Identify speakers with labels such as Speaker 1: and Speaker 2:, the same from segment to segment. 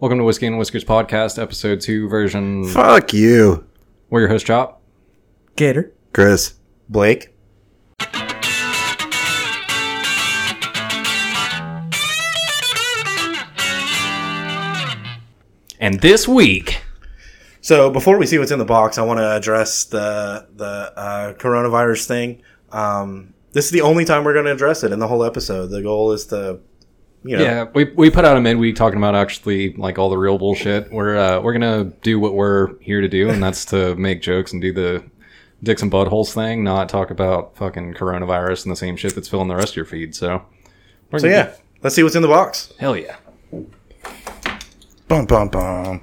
Speaker 1: Welcome to Whiskey and Whiskers Podcast, episode two version.
Speaker 2: Fuck you,
Speaker 1: We're your host, Chop.
Speaker 3: Gator.
Speaker 2: Chris. Blake.
Speaker 1: And this week,
Speaker 4: So before we see what's in the box, I want to address the the uh, coronavirus thing. Um, this is the only time we're going to address it in the whole episode. The goal is to, you know,
Speaker 1: yeah, we, we put out a midweek talking about actually like all the real bullshit. We're uh, we're gonna do what we're here to do, and that's to make jokes and do the dicks and buttholes thing, not talk about fucking coronavirus and the same shit that's filling the rest of your feed. So, we're
Speaker 4: so
Speaker 1: gonna-
Speaker 4: yeah, let's see what's in the box.
Speaker 1: hell yeah.
Speaker 2: Bum bum bum.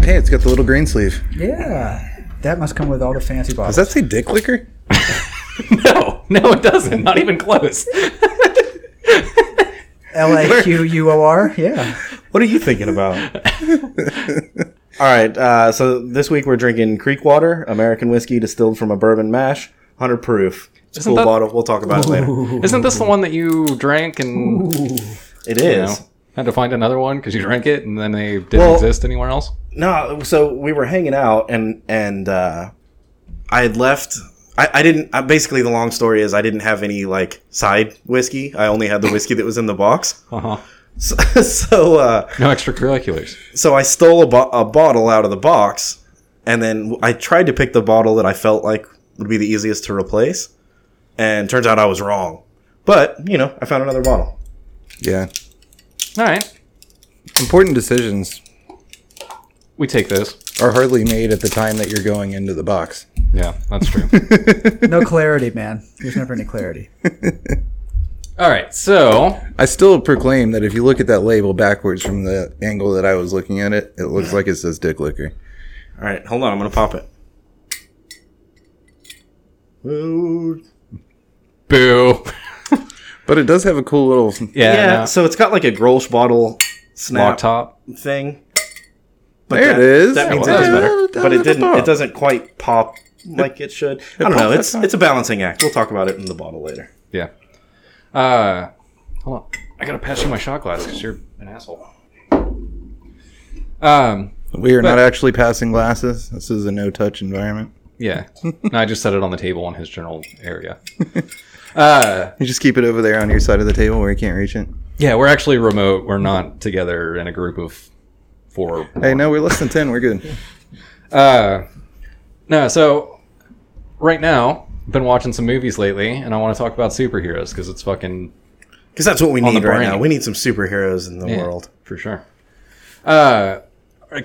Speaker 2: Hey, it's got the little green sleeve.
Speaker 3: Yeah. That must come with all the fancy bottles.
Speaker 2: Does that say dick liquor?
Speaker 1: No, no, it doesn't. Not even close.
Speaker 3: L A Q U O R? Yeah.
Speaker 4: What are you thinking about? All right, uh, so this week we're drinking Creek Water, American whiskey distilled from a bourbon mash, hundred proof. It's a
Speaker 1: Isn't
Speaker 4: cool
Speaker 1: that-
Speaker 4: bottle. We'll talk about it later.
Speaker 1: Isn't this the one that you drank and
Speaker 4: It
Speaker 1: you know,
Speaker 4: is.
Speaker 1: had to find another one because you drank it and then they didn't
Speaker 4: Well-
Speaker 1: exist anywhere else?
Speaker 4: No, so we were hanging out, and and uh, I had left. I, I didn't. I, basically, the long story is I didn't have any like side whiskey. I only had the whiskey that was in the box.
Speaker 1: Uh huh.
Speaker 4: So so, uh,
Speaker 1: No extracurriculars.
Speaker 4: so I stole a, bo- a bottle out of the box, and then I tried to pick the bottle that I felt like would be the easiest to replace. And turns out I was wrong. But you know, I found another bottle.
Speaker 2: Yeah.
Speaker 1: All right.
Speaker 2: Important decisions
Speaker 1: We take this.
Speaker 2: are hardly made at the time that you're going into the box.
Speaker 1: Yeah, that's true.
Speaker 3: No clarity, man. There's never any clarity.
Speaker 1: All right, so
Speaker 2: I still proclaim that if you look at that label backwards from the angle that I was looking at it, it looks like it says dick liquor.
Speaker 4: All right, hold on. I'm gonna pop it. Ooh,
Speaker 1: boo.
Speaker 2: But it does have a cool little.
Speaker 1: Yeah,
Speaker 4: yeah,
Speaker 1: no.
Speaker 4: so it's got like a Grolsch bottle
Speaker 1: lock
Speaker 4: snap
Speaker 1: top.
Speaker 4: thing.
Speaker 2: there it
Speaker 4: that-
Speaker 2: is.
Speaker 4: That means
Speaker 1: Yeah,
Speaker 4: it was
Speaker 1: well,
Speaker 4: better,
Speaker 2: that-
Speaker 4: but it
Speaker 2: that
Speaker 4: didn't.
Speaker 2: popped.
Speaker 4: It doesn't quite pop like it should. I don't
Speaker 2: popped
Speaker 4: know.
Speaker 2: that
Speaker 4: It's
Speaker 2: time.
Speaker 4: it's a balancing act. We'll talk about it in the bottle later.
Speaker 1: Yeah. Uh, hold on. I gotta pass you my shot glass because you're an asshole. Um.
Speaker 2: We are not actually passing glasses. This is a no touch environment.
Speaker 1: Yeah. no, I just set it on the table in his general area.
Speaker 2: You just keep it over there on your side of the table where you can't reach it.
Speaker 1: Yeah, we're actually remote. We're not together in a group of four.
Speaker 2: Hey, no, we're less than 10. We're good.
Speaker 1: Uh, no, so right now, been watching some movies lately, and I want to talk about superheroes because it's fucking
Speaker 4: Because that's what we
Speaker 1: On the
Speaker 4: need right
Speaker 1: brain.
Speaker 4: now. We need some superheroes in the
Speaker 1: Yeah,
Speaker 4: world.
Speaker 1: for sure. Uh,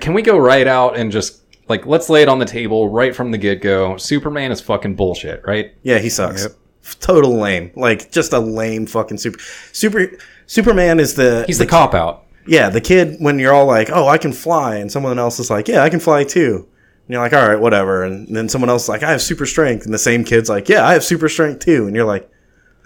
Speaker 1: can we go right out and just like let's lay it on the table right from the get go? Superman is fucking bullshit, right?
Speaker 4: Yeah, he sucks.
Speaker 2: Yep.
Speaker 4: Total lame. Like just a lame fucking super super Superman is the
Speaker 1: He's the cop out.
Speaker 4: yeah the kid when you're all like oh I can fly and someone else is like yeah I can fly too. And you're like, all right, whatever. And then someone else is like, I have super strength. And the same kid's like, yeah, I have super strength too. And you're like,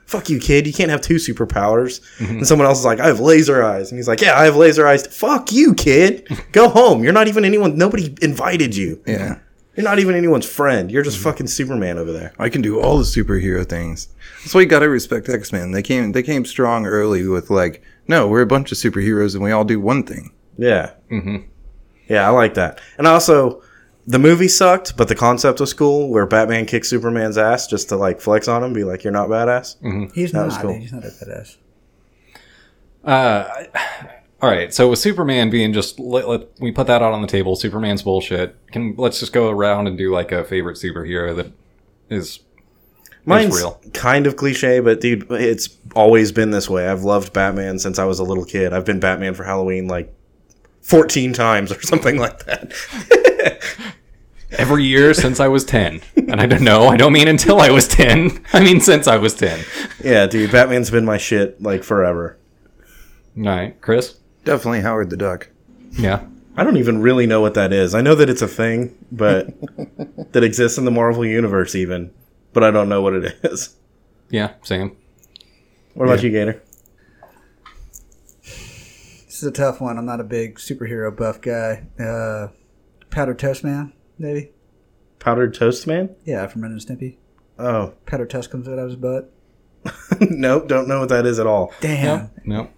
Speaker 4: fuck you, kid. You can't have two superpowers.
Speaker 1: Mm-hmm.
Speaker 4: And someone else is like, I have laser eyes. And he's like, yeah, I have laser eyes. Fuck you, kid. Go home. You're not even anyone. Nobody invited you.
Speaker 2: Yeah.
Speaker 4: You're not even anyone's friend. You're just fucking Superman over there.
Speaker 2: I can do all the superhero things. That's why you gotta respect X Men. They came they came strong early with like, no, we're a bunch of superheroes and we all do one thing.
Speaker 4: Yeah.
Speaker 1: Mhm.
Speaker 4: Yeah, I like that. And also, the movie sucked, but the concept was cool where Batman kicks Superman's ass just to like flex on him, be like, you're not badass.
Speaker 3: He's
Speaker 4: Hmm. That
Speaker 3: not.
Speaker 4: was cool.
Speaker 3: He's not a badass.
Speaker 1: Uh, all right. So with Superman being just let, let we put that out on the table. Superman's bullshit. Can let's just go around and do like a favorite superhero that is
Speaker 4: Mine's
Speaker 1: real.
Speaker 4: kind of cliche, but dude, it's always been this way. I've loved Batman since I was a little kid. I've been Batman for Halloween like 14 times or something like that.
Speaker 1: every year since I was ten. And I don't know. I don't mean until I was ten. I mean since I was ten.
Speaker 4: yeah, dude, Batman's been my shit like forever.
Speaker 1: All right, Chris.
Speaker 2: Definitely Howard the Duck.
Speaker 1: Yeah.
Speaker 4: I don't even really know what that is. I know that it's a thing, but that exists in the Marvel universe even, but I don't know what it is.
Speaker 1: Yeah. Same.
Speaker 4: What about you, Gator?
Speaker 3: This is a tough one. I'm not a big superhero buff guy. Uh, Powdered Toast Man, maybe?
Speaker 4: Powdered Toast Man?
Speaker 3: Yeah, from Ren and Snippy.
Speaker 4: Oh,
Speaker 3: Powdered Toast comes out of his butt.
Speaker 4: nope, don't know what that is at all.
Speaker 3: Damn.
Speaker 1: Nope.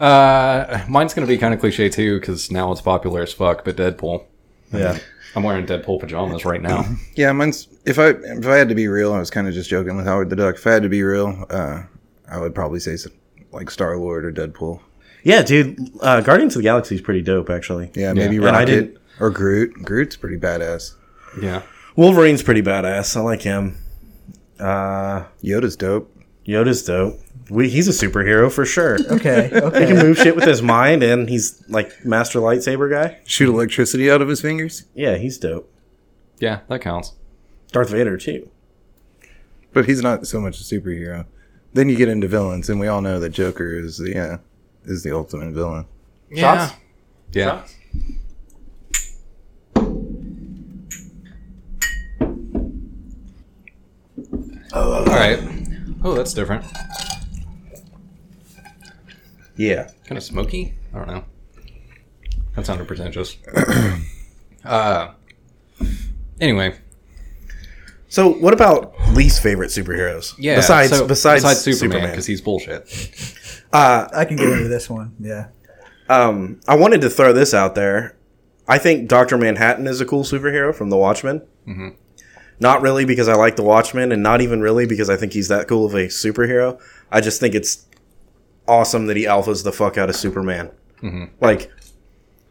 Speaker 1: Uh, mine's gonna be kind of cliche too, because now it's popular as fuck. But Deadpool.
Speaker 4: Yeah.
Speaker 1: I'm wearing Deadpool pajamas right now.
Speaker 2: Yeah, mine's if I if I had to be real, I was kind of just joking with Howard the Duck. If I had to be real, uh, I would probably say some, like Star Lord or Deadpool.
Speaker 4: Yeah, dude. Uh, Guardians of the Galaxy is pretty dope, actually.
Speaker 2: Yeah, maybe
Speaker 4: And I
Speaker 2: Rocket
Speaker 4: didn't-
Speaker 2: or Groot. Groot's pretty badass.
Speaker 1: yeah.
Speaker 4: Wolverine's pretty badass. I like him. Uh,
Speaker 2: Yoda's dope.
Speaker 4: Yoda's dope. We, he's a superhero for sure. he
Speaker 3: Okay, okay.
Speaker 4: can move shit with his mind, and he's like master lightsaber guy.
Speaker 2: Shoot electricity out of his fingers,
Speaker 4: Yeah, he's dope.
Speaker 1: Yeah, that counts.
Speaker 4: Darth Vader too.
Speaker 2: but he's not so much a superhero. Then you get into villains, and we all know that Joker is the yeah is the ultimate villain.
Speaker 1: Yeah. Yeah. All right. Oh, that's different.
Speaker 4: Yeah.
Speaker 1: Kind of smoky. I don't know. That sounded pretentious. uh. Anyway,
Speaker 4: So, what about least favorite superheroes?
Speaker 1: yeah.
Speaker 4: Besides,
Speaker 1: so-
Speaker 4: besides,
Speaker 1: Superman,
Speaker 4: Superman.
Speaker 1: because he's bullshit.
Speaker 3: I can get over this one. Yeah.
Speaker 4: um, I wanted to throw this out there. I think Doctor Manhattan is a cool superhero from The Watchmen.
Speaker 1: Mm-hmm.
Speaker 4: Not really because I like The Watchmen, and not even really because I think he's that cool of a superhero. I just think it's awesome that he alphas the fuck out of Superman.
Speaker 1: Mm-hmm.
Speaker 4: Like,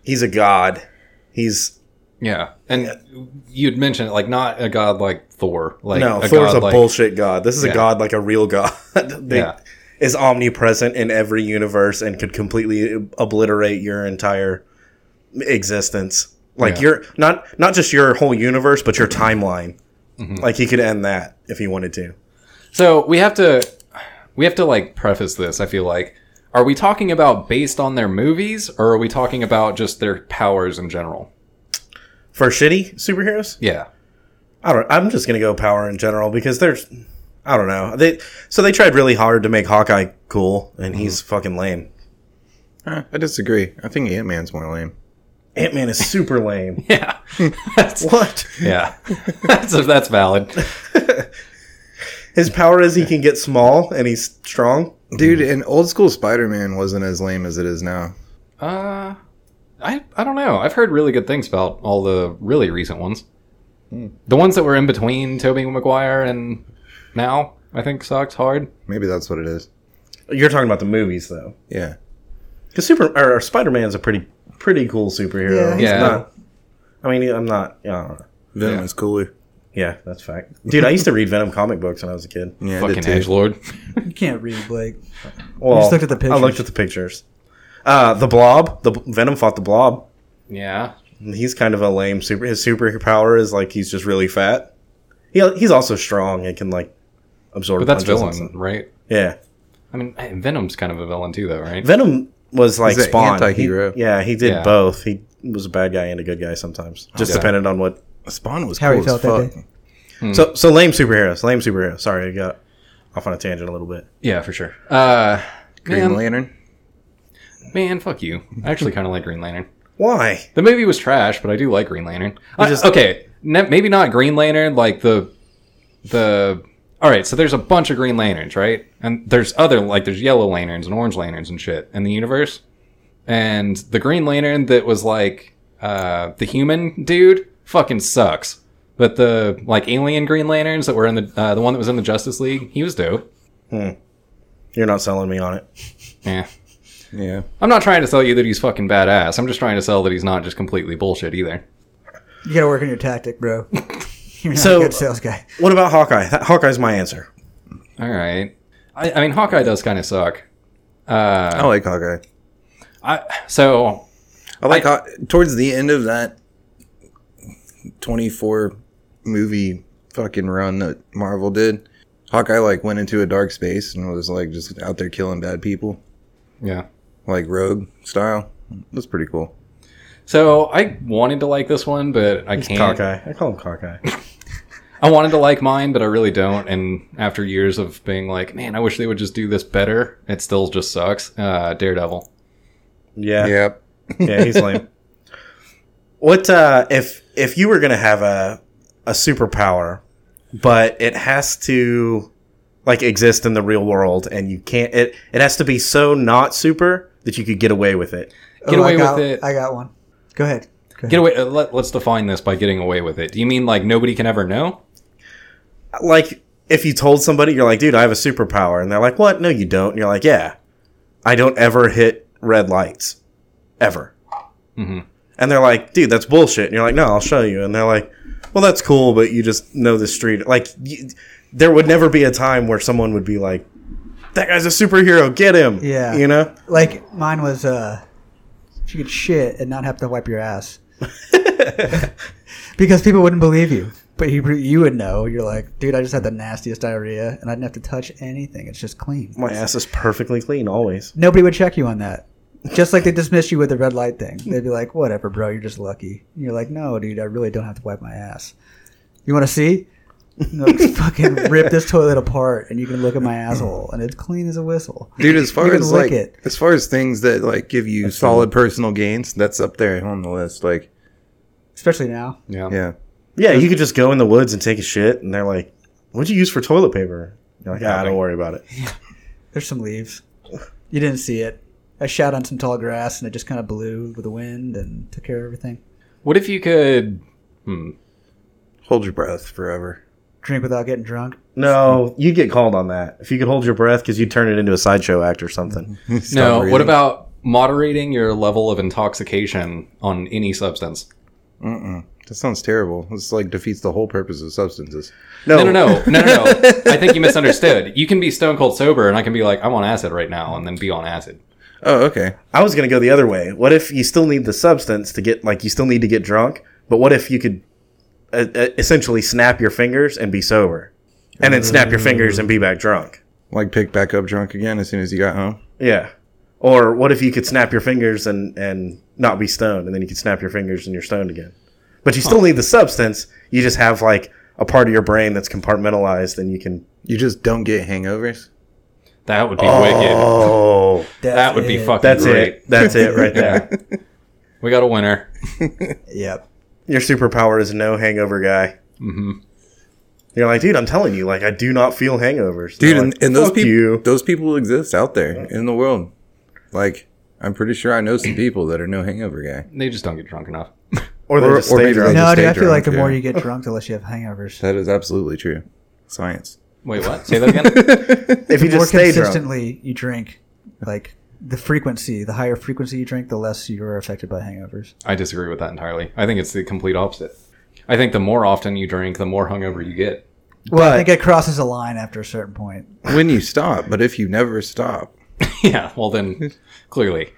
Speaker 4: he's a god. He's
Speaker 1: Yeah, and you'd mentioned like not a god like Thor. Like
Speaker 4: no
Speaker 1: a
Speaker 4: Thor's
Speaker 1: god
Speaker 4: a
Speaker 1: like-
Speaker 4: bullshit god. This is
Speaker 1: Yeah.
Speaker 4: a god like a real god. that
Speaker 1: Yeah.
Speaker 4: Is omnipresent in every universe and could completely obliterate your entire existence. Like
Speaker 1: Yeah.
Speaker 4: your not not just your whole universe, but your timeline.
Speaker 1: Mm-hmm.
Speaker 4: Like he could end that if he wanted to.
Speaker 1: So we have to we have to like preface this, I feel like. Are we talking about based on their movies or are we talking about just their powers in general?
Speaker 4: For shitty superheroes,
Speaker 1: Yeah.
Speaker 4: I don't. I'm just gonna go power in general because there's, I don't know. They so they tried really hard to make Hawkeye cool, and
Speaker 1: Mm-hmm.
Speaker 4: he's fucking lame.
Speaker 2: Uh, I disagree. I think Ant Man's more lame.
Speaker 4: Ant Man is super lame.
Speaker 1: Yeah. that's,
Speaker 4: what?
Speaker 1: yeah. that's that's valid.
Speaker 4: His power is he can get small and he's strong.
Speaker 2: Dude, and old school Spider Man wasn't as lame as it is now.
Speaker 1: Uh I I don't know. I've heard really good things about all the really recent ones.
Speaker 4: Hmm.
Speaker 1: The ones that were in between Toby Maguire and now, I think sucked hard.
Speaker 2: Maybe that's what it is.
Speaker 4: You're talking about the movies though,
Speaker 2: Yeah.
Speaker 4: because Super or Spider Man's a pretty pretty cool superhero.
Speaker 3: Yeah,
Speaker 4: He's
Speaker 1: yeah.
Speaker 4: not- I mean, I'm not. Yeah, I don't know.
Speaker 2: Venom
Speaker 1: Yeah.
Speaker 2: is cooler.
Speaker 4: yeah, that's fact. Dude, I used to read Venom comic books when I was a kid.
Speaker 2: Yeah, I did
Speaker 1: Fucking
Speaker 2: too.
Speaker 1: edge lord.
Speaker 3: You can't read Blake.
Speaker 4: Well,
Speaker 3: just looked at the
Speaker 4: I
Speaker 3: pictures.
Speaker 4: looked at the pictures. Uh, the Blob, the Venom fought the Blob.
Speaker 1: Yeah.
Speaker 4: He's kind of a lame super. His superpower is like he's just really fat. He he's also strong and can like absorb.
Speaker 1: But that's
Speaker 4: punches
Speaker 1: villain,
Speaker 4: and stuff.
Speaker 1: right?
Speaker 4: Yeah,
Speaker 1: I mean, Venom's kind of a villain too though, right?
Speaker 4: Venom was like
Speaker 2: He's a
Speaker 4: Spawn. He-
Speaker 2: anti-hero.
Speaker 4: yeah, he did
Speaker 1: Yeah.
Speaker 4: both. He was a bad guy and a good guy sometimes. Just
Speaker 1: Okay.
Speaker 4: depended on what.
Speaker 2: Spawn was
Speaker 3: How
Speaker 2: cool
Speaker 3: he
Speaker 2: as
Speaker 3: felt that
Speaker 2: fuck.
Speaker 3: day.
Speaker 1: Mm.
Speaker 4: So so lame superheroes. Lame superheroes. Sorry, I got off on a tangent a little bit.
Speaker 1: Yeah, for sure. Uh
Speaker 2: Green
Speaker 1: man,
Speaker 2: Lantern.
Speaker 1: Man, fuck you. I actually kind of like Green Lantern.
Speaker 4: Why?
Speaker 1: The movie was trash, but I do like Green Lantern. I-
Speaker 4: just-
Speaker 1: okay, ne- maybe not Green Lantern. Like the the. All right, so there's a bunch of Green Lanterns, right? And there's other like there's Yellow Lanterns and Orange Lanterns and shit in the universe. And the Green Lantern that was like uh, the human dude fucking sucks. But the like alien Green Lanterns that were in the uh, the one that was in the Justice League, he was dope.
Speaker 4: You're not selling me on it.
Speaker 1: Yeah.
Speaker 2: Yeah.
Speaker 1: I'm not trying to sell you that he's fucking badass. I'm just trying to sell that he's not just completely bullshit either.
Speaker 3: You gotta work on your tactic, bro. You're not
Speaker 4: So-
Speaker 3: a good sales guy.
Speaker 4: What about Hawkeye? That- Hawkeye's my answer.
Speaker 1: All right. I, I mean, Hawkeye does kind of suck. Uh,
Speaker 2: I like Hawkeye.
Speaker 1: I, so
Speaker 2: I like Haw- towards the end of that 24 movie fucking run that Marvel did. Hawkeye like went into a dark space and was like just out there killing bad people,
Speaker 1: yeah.
Speaker 2: like rogue style. That's pretty cool.
Speaker 1: So I wanted to like this one, but I can't.
Speaker 4: Hawkeye. I call him Hawkeye.
Speaker 1: I wanted to like mine, but I really don't. And after years of being like, man, I wish they would just do this better. It still just sucks. Uh, Daredevil.
Speaker 4: Yeah.
Speaker 2: Yep.
Speaker 4: Yeah, he's lame. What uh, if if you were gonna have a a superpower, but it has to like exist in the real world, and you can't it it has to be so not super that you could get away with it.
Speaker 1: Get
Speaker 3: Oh,
Speaker 1: away
Speaker 3: I
Speaker 1: with
Speaker 3: got,
Speaker 1: it.
Speaker 3: I got one. Go ahead. Go ahead.
Speaker 1: Get away. Uh, let, let's define this by getting away with it. Do you mean like nobody can ever know?
Speaker 4: Like if you told somebody you're like, dude, I have a superpower, and they're like, what? No, you don't. And you're like, yeah, I don't ever hit red lights, ever.
Speaker 1: Mhm.
Speaker 4: And they're like, dude, that's bullshit. And you're like, no, I'll show you. And they're like, well, that's cool, but you just know the street. Like, you, there would never be a time where someone would be like, that guy's a superhero, get him.
Speaker 3: Yeah.
Speaker 4: you know.
Speaker 3: Like mine was uh if you could shit and not have to wipe your ass. because people wouldn't believe you. But you you would know. You're like, dude, I just had the nastiest diarrhea and I didn't have to touch anything. It's just clean.
Speaker 4: My ass is perfectly clean always.
Speaker 3: Nobody would check you on that. Just like they dismissed you with the red light thing. They'd be like, whatever, bro, you're just lucky. And you're like, no, dude, I really don't have to wipe my ass. You want to see? And they're like, fucking rip this toilet apart and you can look at my asshole and it's clean as a whistle.
Speaker 2: Dude, as far
Speaker 3: You can
Speaker 2: as
Speaker 3: lick
Speaker 2: like
Speaker 3: it.
Speaker 2: as far as things that like give you solid personal gains, that's up there on the list. Like,
Speaker 3: Especially now.
Speaker 1: Yeah.
Speaker 2: yeah,
Speaker 4: Yeah, you could just go in the woods and take a shit, and they're like, "What'd you use for toilet paper?" You're like, "Ah, don't worry about it."
Speaker 3: There's some leaves. You didn't see it. I shot on some tall grass and it just kind of blew with the wind and took care of everything.
Speaker 1: What if you could? Hmm,
Speaker 2: hold your breath forever.
Speaker 3: Drink without getting drunk.
Speaker 4: No, you'd get called on that if you could hold your breath because you'd turn it into a sideshow act or something.
Speaker 2: Stop
Speaker 1: no.
Speaker 2: breathing.
Speaker 1: What about moderating your level of intoxication on any substance?
Speaker 2: Mm-mm. That sounds terrible. This like defeats the whole purpose of substances.
Speaker 1: No, no, no, no, no, no. I think you misunderstood. You can be stone cold sober, and I can be like, I'm on acid right now, and then be on acid.
Speaker 2: Oh, okay.
Speaker 4: I was gonna go the other way. What if you still need the substance to get like you still need to get drunk, but what if you could uh, uh, essentially snap your fingers and be sober, and then snap your fingers and be back drunk?
Speaker 2: Like pick back up drunk again as soon as you got home.
Speaker 4: Yeah. Or what if you could snap your fingers and and not be stoned, and then you could snap your fingers and you're stoned again? But you still need the substance. You just have like a part of your brain that's compartmentalized, and you can.
Speaker 2: You just don't get hangovers.
Speaker 1: That would be wicked.
Speaker 4: Oh,
Speaker 1: That would be
Speaker 3: it.
Speaker 1: fucking
Speaker 4: that's
Speaker 1: great.
Speaker 4: it. That's it right there.
Speaker 1: Yeah. we got a winner.
Speaker 3: Yep.
Speaker 4: Your superpower is no hangover guy.
Speaker 1: hmm
Speaker 4: You're like, dude, I'm telling you, like, I do not feel hangovers,
Speaker 2: dude
Speaker 4: They're
Speaker 2: and,
Speaker 4: like,
Speaker 2: and those
Speaker 4: "Fuck
Speaker 2: people
Speaker 4: you."
Speaker 2: those people exist out there in the world like i'm pretty sure i know some people that are no hangover guy
Speaker 1: They just don't get drunk enough.
Speaker 4: or they
Speaker 2: or-
Speaker 4: just
Speaker 2: or
Speaker 4: stay
Speaker 2: maybe
Speaker 4: drunk.
Speaker 2: they-
Speaker 3: No,
Speaker 2: just
Speaker 3: dude,
Speaker 2: stay
Speaker 3: I feel like
Speaker 2: drunk,
Speaker 3: the more
Speaker 2: yeah.
Speaker 3: you get drunk, the less you have hangovers.
Speaker 2: that is absolutely true science
Speaker 1: Wait, what? Say that again.
Speaker 4: If you
Speaker 3: The more
Speaker 4: just stay drunk,
Speaker 3: consistently you drink, like the frequency, the higher frequency you drink, the less you're affected by hangovers.
Speaker 1: I disagree with that entirely. I think it's the complete opposite. I think the more often you drink, the more hungover you get.
Speaker 3: Well, I think it crosses a line after a certain point.
Speaker 2: when you stop but if you never stop
Speaker 1: yeah. Well, then clearly.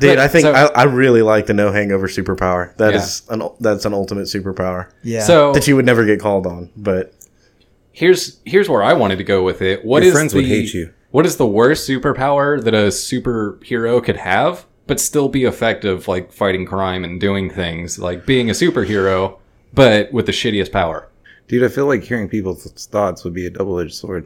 Speaker 4: dude, I think
Speaker 1: So-
Speaker 4: I, I really like the no hangover superpower. That
Speaker 1: Yeah. Oh.
Speaker 4: is an that's an ultimate superpower
Speaker 3: Yeah.
Speaker 1: So
Speaker 4: that you would never get called on. But
Speaker 1: here's here's where I wanted to go with it. What is
Speaker 2: Your friends would
Speaker 1: the-
Speaker 2: hate you.
Speaker 1: What is the worst superpower that a superhero could have, but still be effective, like fighting crime and doing things, like being a superhero, but with the shittiest power?
Speaker 2: dude i feel like hearing people's thoughts would be a double-edged sword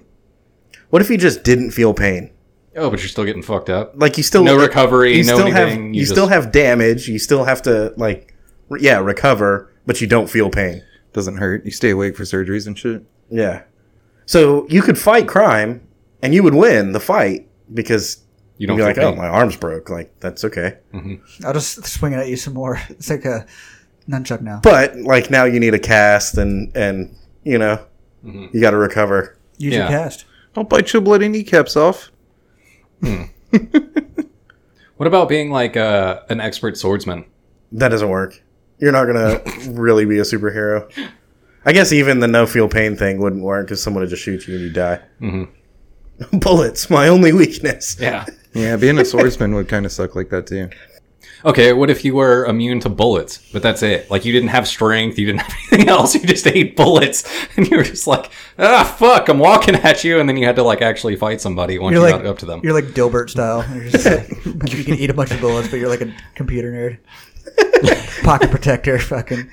Speaker 4: what if you just didn't feel pain?
Speaker 1: Oh, but you're still getting fucked up.
Speaker 4: Like you still
Speaker 1: No recovery,
Speaker 4: You
Speaker 1: no
Speaker 4: still have
Speaker 1: anything,
Speaker 4: you,
Speaker 1: you
Speaker 4: still
Speaker 1: just-
Speaker 4: have damage. You still have to like, re- yeah, recover, but you don't feel pain.
Speaker 2: doesn't hurt you stay awake for surgeries and shit
Speaker 4: Yeah. So you could fight crime and you would win the fight because
Speaker 1: You
Speaker 4: you would
Speaker 1: don't
Speaker 4: be
Speaker 1: feel
Speaker 4: like, oh,
Speaker 1: pain.
Speaker 4: my arm's broke. Like that's okay.
Speaker 3: I'll just swing it at you some more. It's like a nunchuck now.
Speaker 4: But like now you need a cast and and you know you got to recover.
Speaker 3: Use
Speaker 1: Yeah.
Speaker 3: your cast.
Speaker 2: i'll bite your bloody kneecaps off
Speaker 1: What about being like uh, an expert swordsman?
Speaker 4: That doesn't work. You're not gonna really be a superhero. I guess even the no feel pain thing wouldn't work because someone would just shoot you and you die. Bullets, my only weakness.
Speaker 1: Yeah.
Speaker 2: yeah being a swordsman would kind of suck like that too
Speaker 1: Okay, what if you were immune to bullets, but that's it? Like you didn't have strength, you didn't have anything else, you just ate bullets, and you were just like, ah, fuck, I'm walking at you, and then you had to like actually fight somebody once
Speaker 3: You're
Speaker 1: you
Speaker 3: like
Speaker 1: got up to them.
Speaker 3: You're like Dilbert style. You're just like, you can eat a bunch of bullets, but you're like a computer nerd. Pocket protector, fucking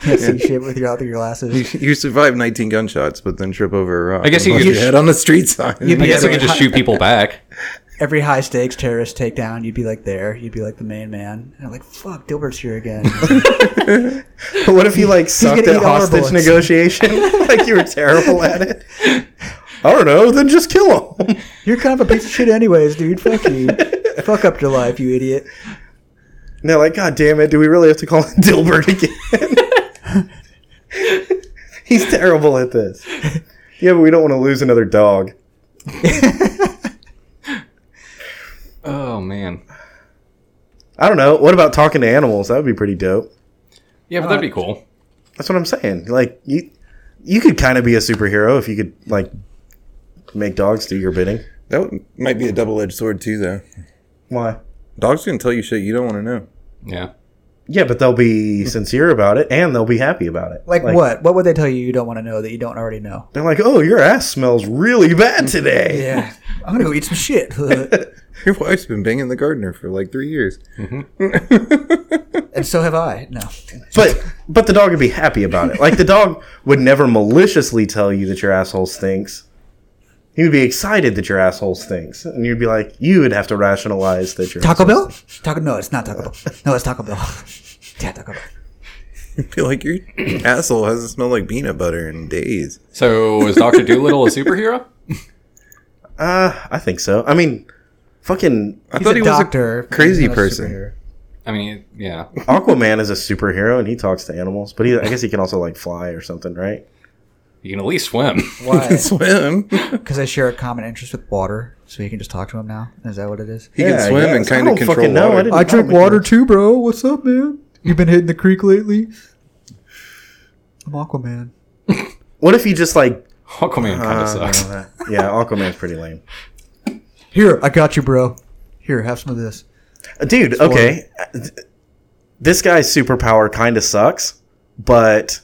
Speaker 3: can't see shit with your out through your glasses.
Speaker 2: you survive 19 gunshots but then trip over a rock
Speaker 1: I guess
Speaker 2: and
Speaker 1: you
Speaker 2: bust
Speaker 1: could-
Speaker 2: your head on the street sign
Speaker 3: You'd
Speaker 1: I
Speaker 3: be
Speaker 1: guess you
Speaker 3: every
Speaker 1: could just
Speaker 3: hi-
Speaker 1: shoot people back.
Speaker 3: Every high stakes terrorist takedown, you'd be like there. You'd be like the main man. And I'm like, fuck, Dilbert's here again.
Speaker 4: What if you like sucked
Speaker 3: gonna
Speaker 4: at
Speaker 3: eat all our
Speaker 4: hostage
Speaker 3: bullets.
Speaker 4: negotiation? like you were terrible at it. I don't know. Then just kill them.
Speaker 3: You're kind of a piece of shit, anyways, dude. Fuck you. Fuck up your life, you idiot.
Speaker 4: And they're like, God damn it, do we really have to call him Dilbert again? He's terrible at this. Yeah, but we don't want to lose another dog.
Speaker 1: Oh man.
Speaker 4: I don't know. What about talking to animals? That would be pretty dope.
Speaker 1: Yeah, but that'd be cool.
Speaker 4: That's what I'm saying. Like you you could kind of be a superhero if you could like make dogs do your bidding.
Speaker 2: That would, might be a double edged sword too, though.
Speaker 4: Why?
Speaker 2: Dogs can tell you shit you don't want to know.
Speaker 1: Yeah.
Speaker 4: Yeah, but they'll be sincere about it and they'll be happy about it.
Speaker 3: Like, what? What would they tell you you don't want to know that you don't already know?
Speaker 4: They're like, "Oh, your ass smells really bad today."
Speaker 3: Yeah. I'm going to go eat some shit.
Speaker 2: Your wife's been banging the gardener for like three years.
Speaker 3: and so have I. No.
Speaker 4: But but the dog would be happy about it. Like the dog would never maliciously tell you that your asshole stinks. He would be excited that your asshole stinks, and you'd be like, you would have to rationalize that your
Speaker 3: Taco Bell? Taco? No, it's not Taco Bell. No, it's Taco Bell. Yeah, Taco Bell.
Speaker 2: I feel like your asshole hasn't smelled like peanut butter in days.
Speaker 1: So is Doctor Doolittle a superhero?
Speaker 4: Uh, I think so. I mean, fucking
Speaker 2: I
Speaker 3: He's a doctor.
Speaker 2: crazy
Speaker 3: He's not a
Speaker 2: person.
Speaker 3: superhero.
Speaker 1: I mean, yeah.
Speaker 4: Aquaman is a superhero, and he talks to animals. But he, I guess he can also like fly or something, right?
Speaker 1: You can at least swim.
Speaker 3: Why?
Speaker 2: swim.
Speaker 3: Because I share a common interest with water, so you can just talk to him now. Is that what it is?
Speaker 2: He
Speaker 4: Yeah,
Speaker 2: can swim
Speaker 4: yeah,
Speaker 2: and
Speaker 4: so I
Speaker 2: kind of
Speaker 4: don't
Speaker 2: control
Speaker 4: fucking
Speaker 2: water.
Speaker 4: know. I didn't-
Speaker 3: I drink
Speaker 4: don't
Speaker 3: water too, bro. What's up, man? You've been hitting the creek lately. I'm Aquaman.
Speaker 4: What if he just like?
Speaker 1: Aquaman kind
Speaker 4: Uh,
Speaker 1: of sucks.
Speaker 4: no, that- yeah, Aquaman's pretty lame,
Speaker 3: Here, I got you, bro. Here, have some of this.
Speaker 4: Uh, dude. Okay, this guy's superpower kind of sucks, but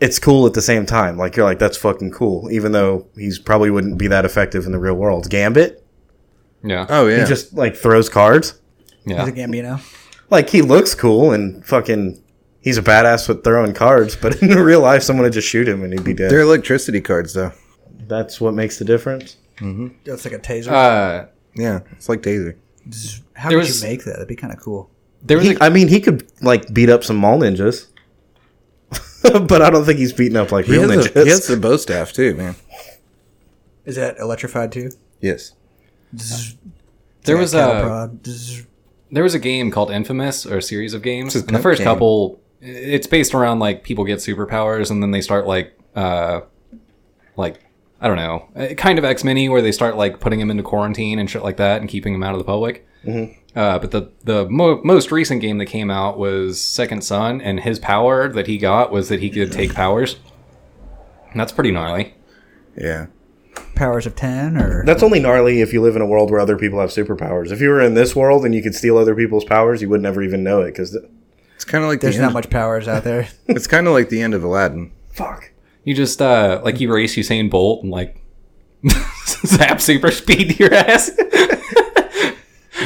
Speaker 4: it's cool at the same time. Like you're like, that's fucking cool, even though he's probably wouldn't be that effective in the real world. Gambit,
Speaker 1: Yeah.
Speaker 2: Oh yeah.
Speaker 4: he just like throws cards.
Speaker 1: yeah.
Speaker 3: Is it Gambino?
Speaker 4: like he looks cool and fucking he's a badass with throwing cards, but in real life, someone would just shoot him and he'd be dead.
Speaker 2: They're electricity cards though.
Speaker 4: That's what makes the difference.
Speaker 3: That's like a taser.
Speaker 1: Uh,
Speaker 2: Yeah, it's like taser.
Speaker 3: How
Speaker 1: there
Speaker 3: could
Speaker 1: was-
Speaker 3: you make that? That'd be kind of cool.
Speaker 1: there was
Speaker 4: He,
Speaker 1: a,
Speaker 4: I mean, he could like beat up some mall ninjas, but I don't think he's beating up like
Speaker 2: He
Speaker 4: real
Speaker 2: has,
Speaker 4: ninjas.
Speaker 2: a, he has the bow staff too, man.
Speaker 3: Is that electrified too?
Speaker 2: Yes.
Speaker 1: there was a
Speaker 3: Cattle prod. Zzz.
Speaker 1: there was a game called Infamous or a series of games.
Speaker 2: It's a
Speaker 1: And the
Speaker 2: good
Speaker 1: first
Speaker 2: game.
Speaker 1: couple, it's based around like people get superpowers and then they start like uh, like I don't know, uh, kind of X Men where they start like putting him into quarantine and shit like that and keeping him out of the public. Uh, but the the mo- most recent game that came out was Second Son, and his power that he got was that he could take powers. And that's pretty gnarly.
Speaker 2: Yeah.
Speaker 3: Powers of ten, or
Speaker 4: That's only gnarly if you live in a world where other people have superpowers. If you were in this world and you could steal other people's powers, you would never even know it because
Speaker 2: It's kind of like
Speaker 3: there's
Speaker 2: the
Speaker 3: not
Speaker 2: end,
Speaker 3: much powers out there.
Speaker 2: it's kind of like the end of Aladdin.
Speaker 4: fuck.
Speaker 1: You just uh like you race Usain Bolt and like zap super speed to your ass.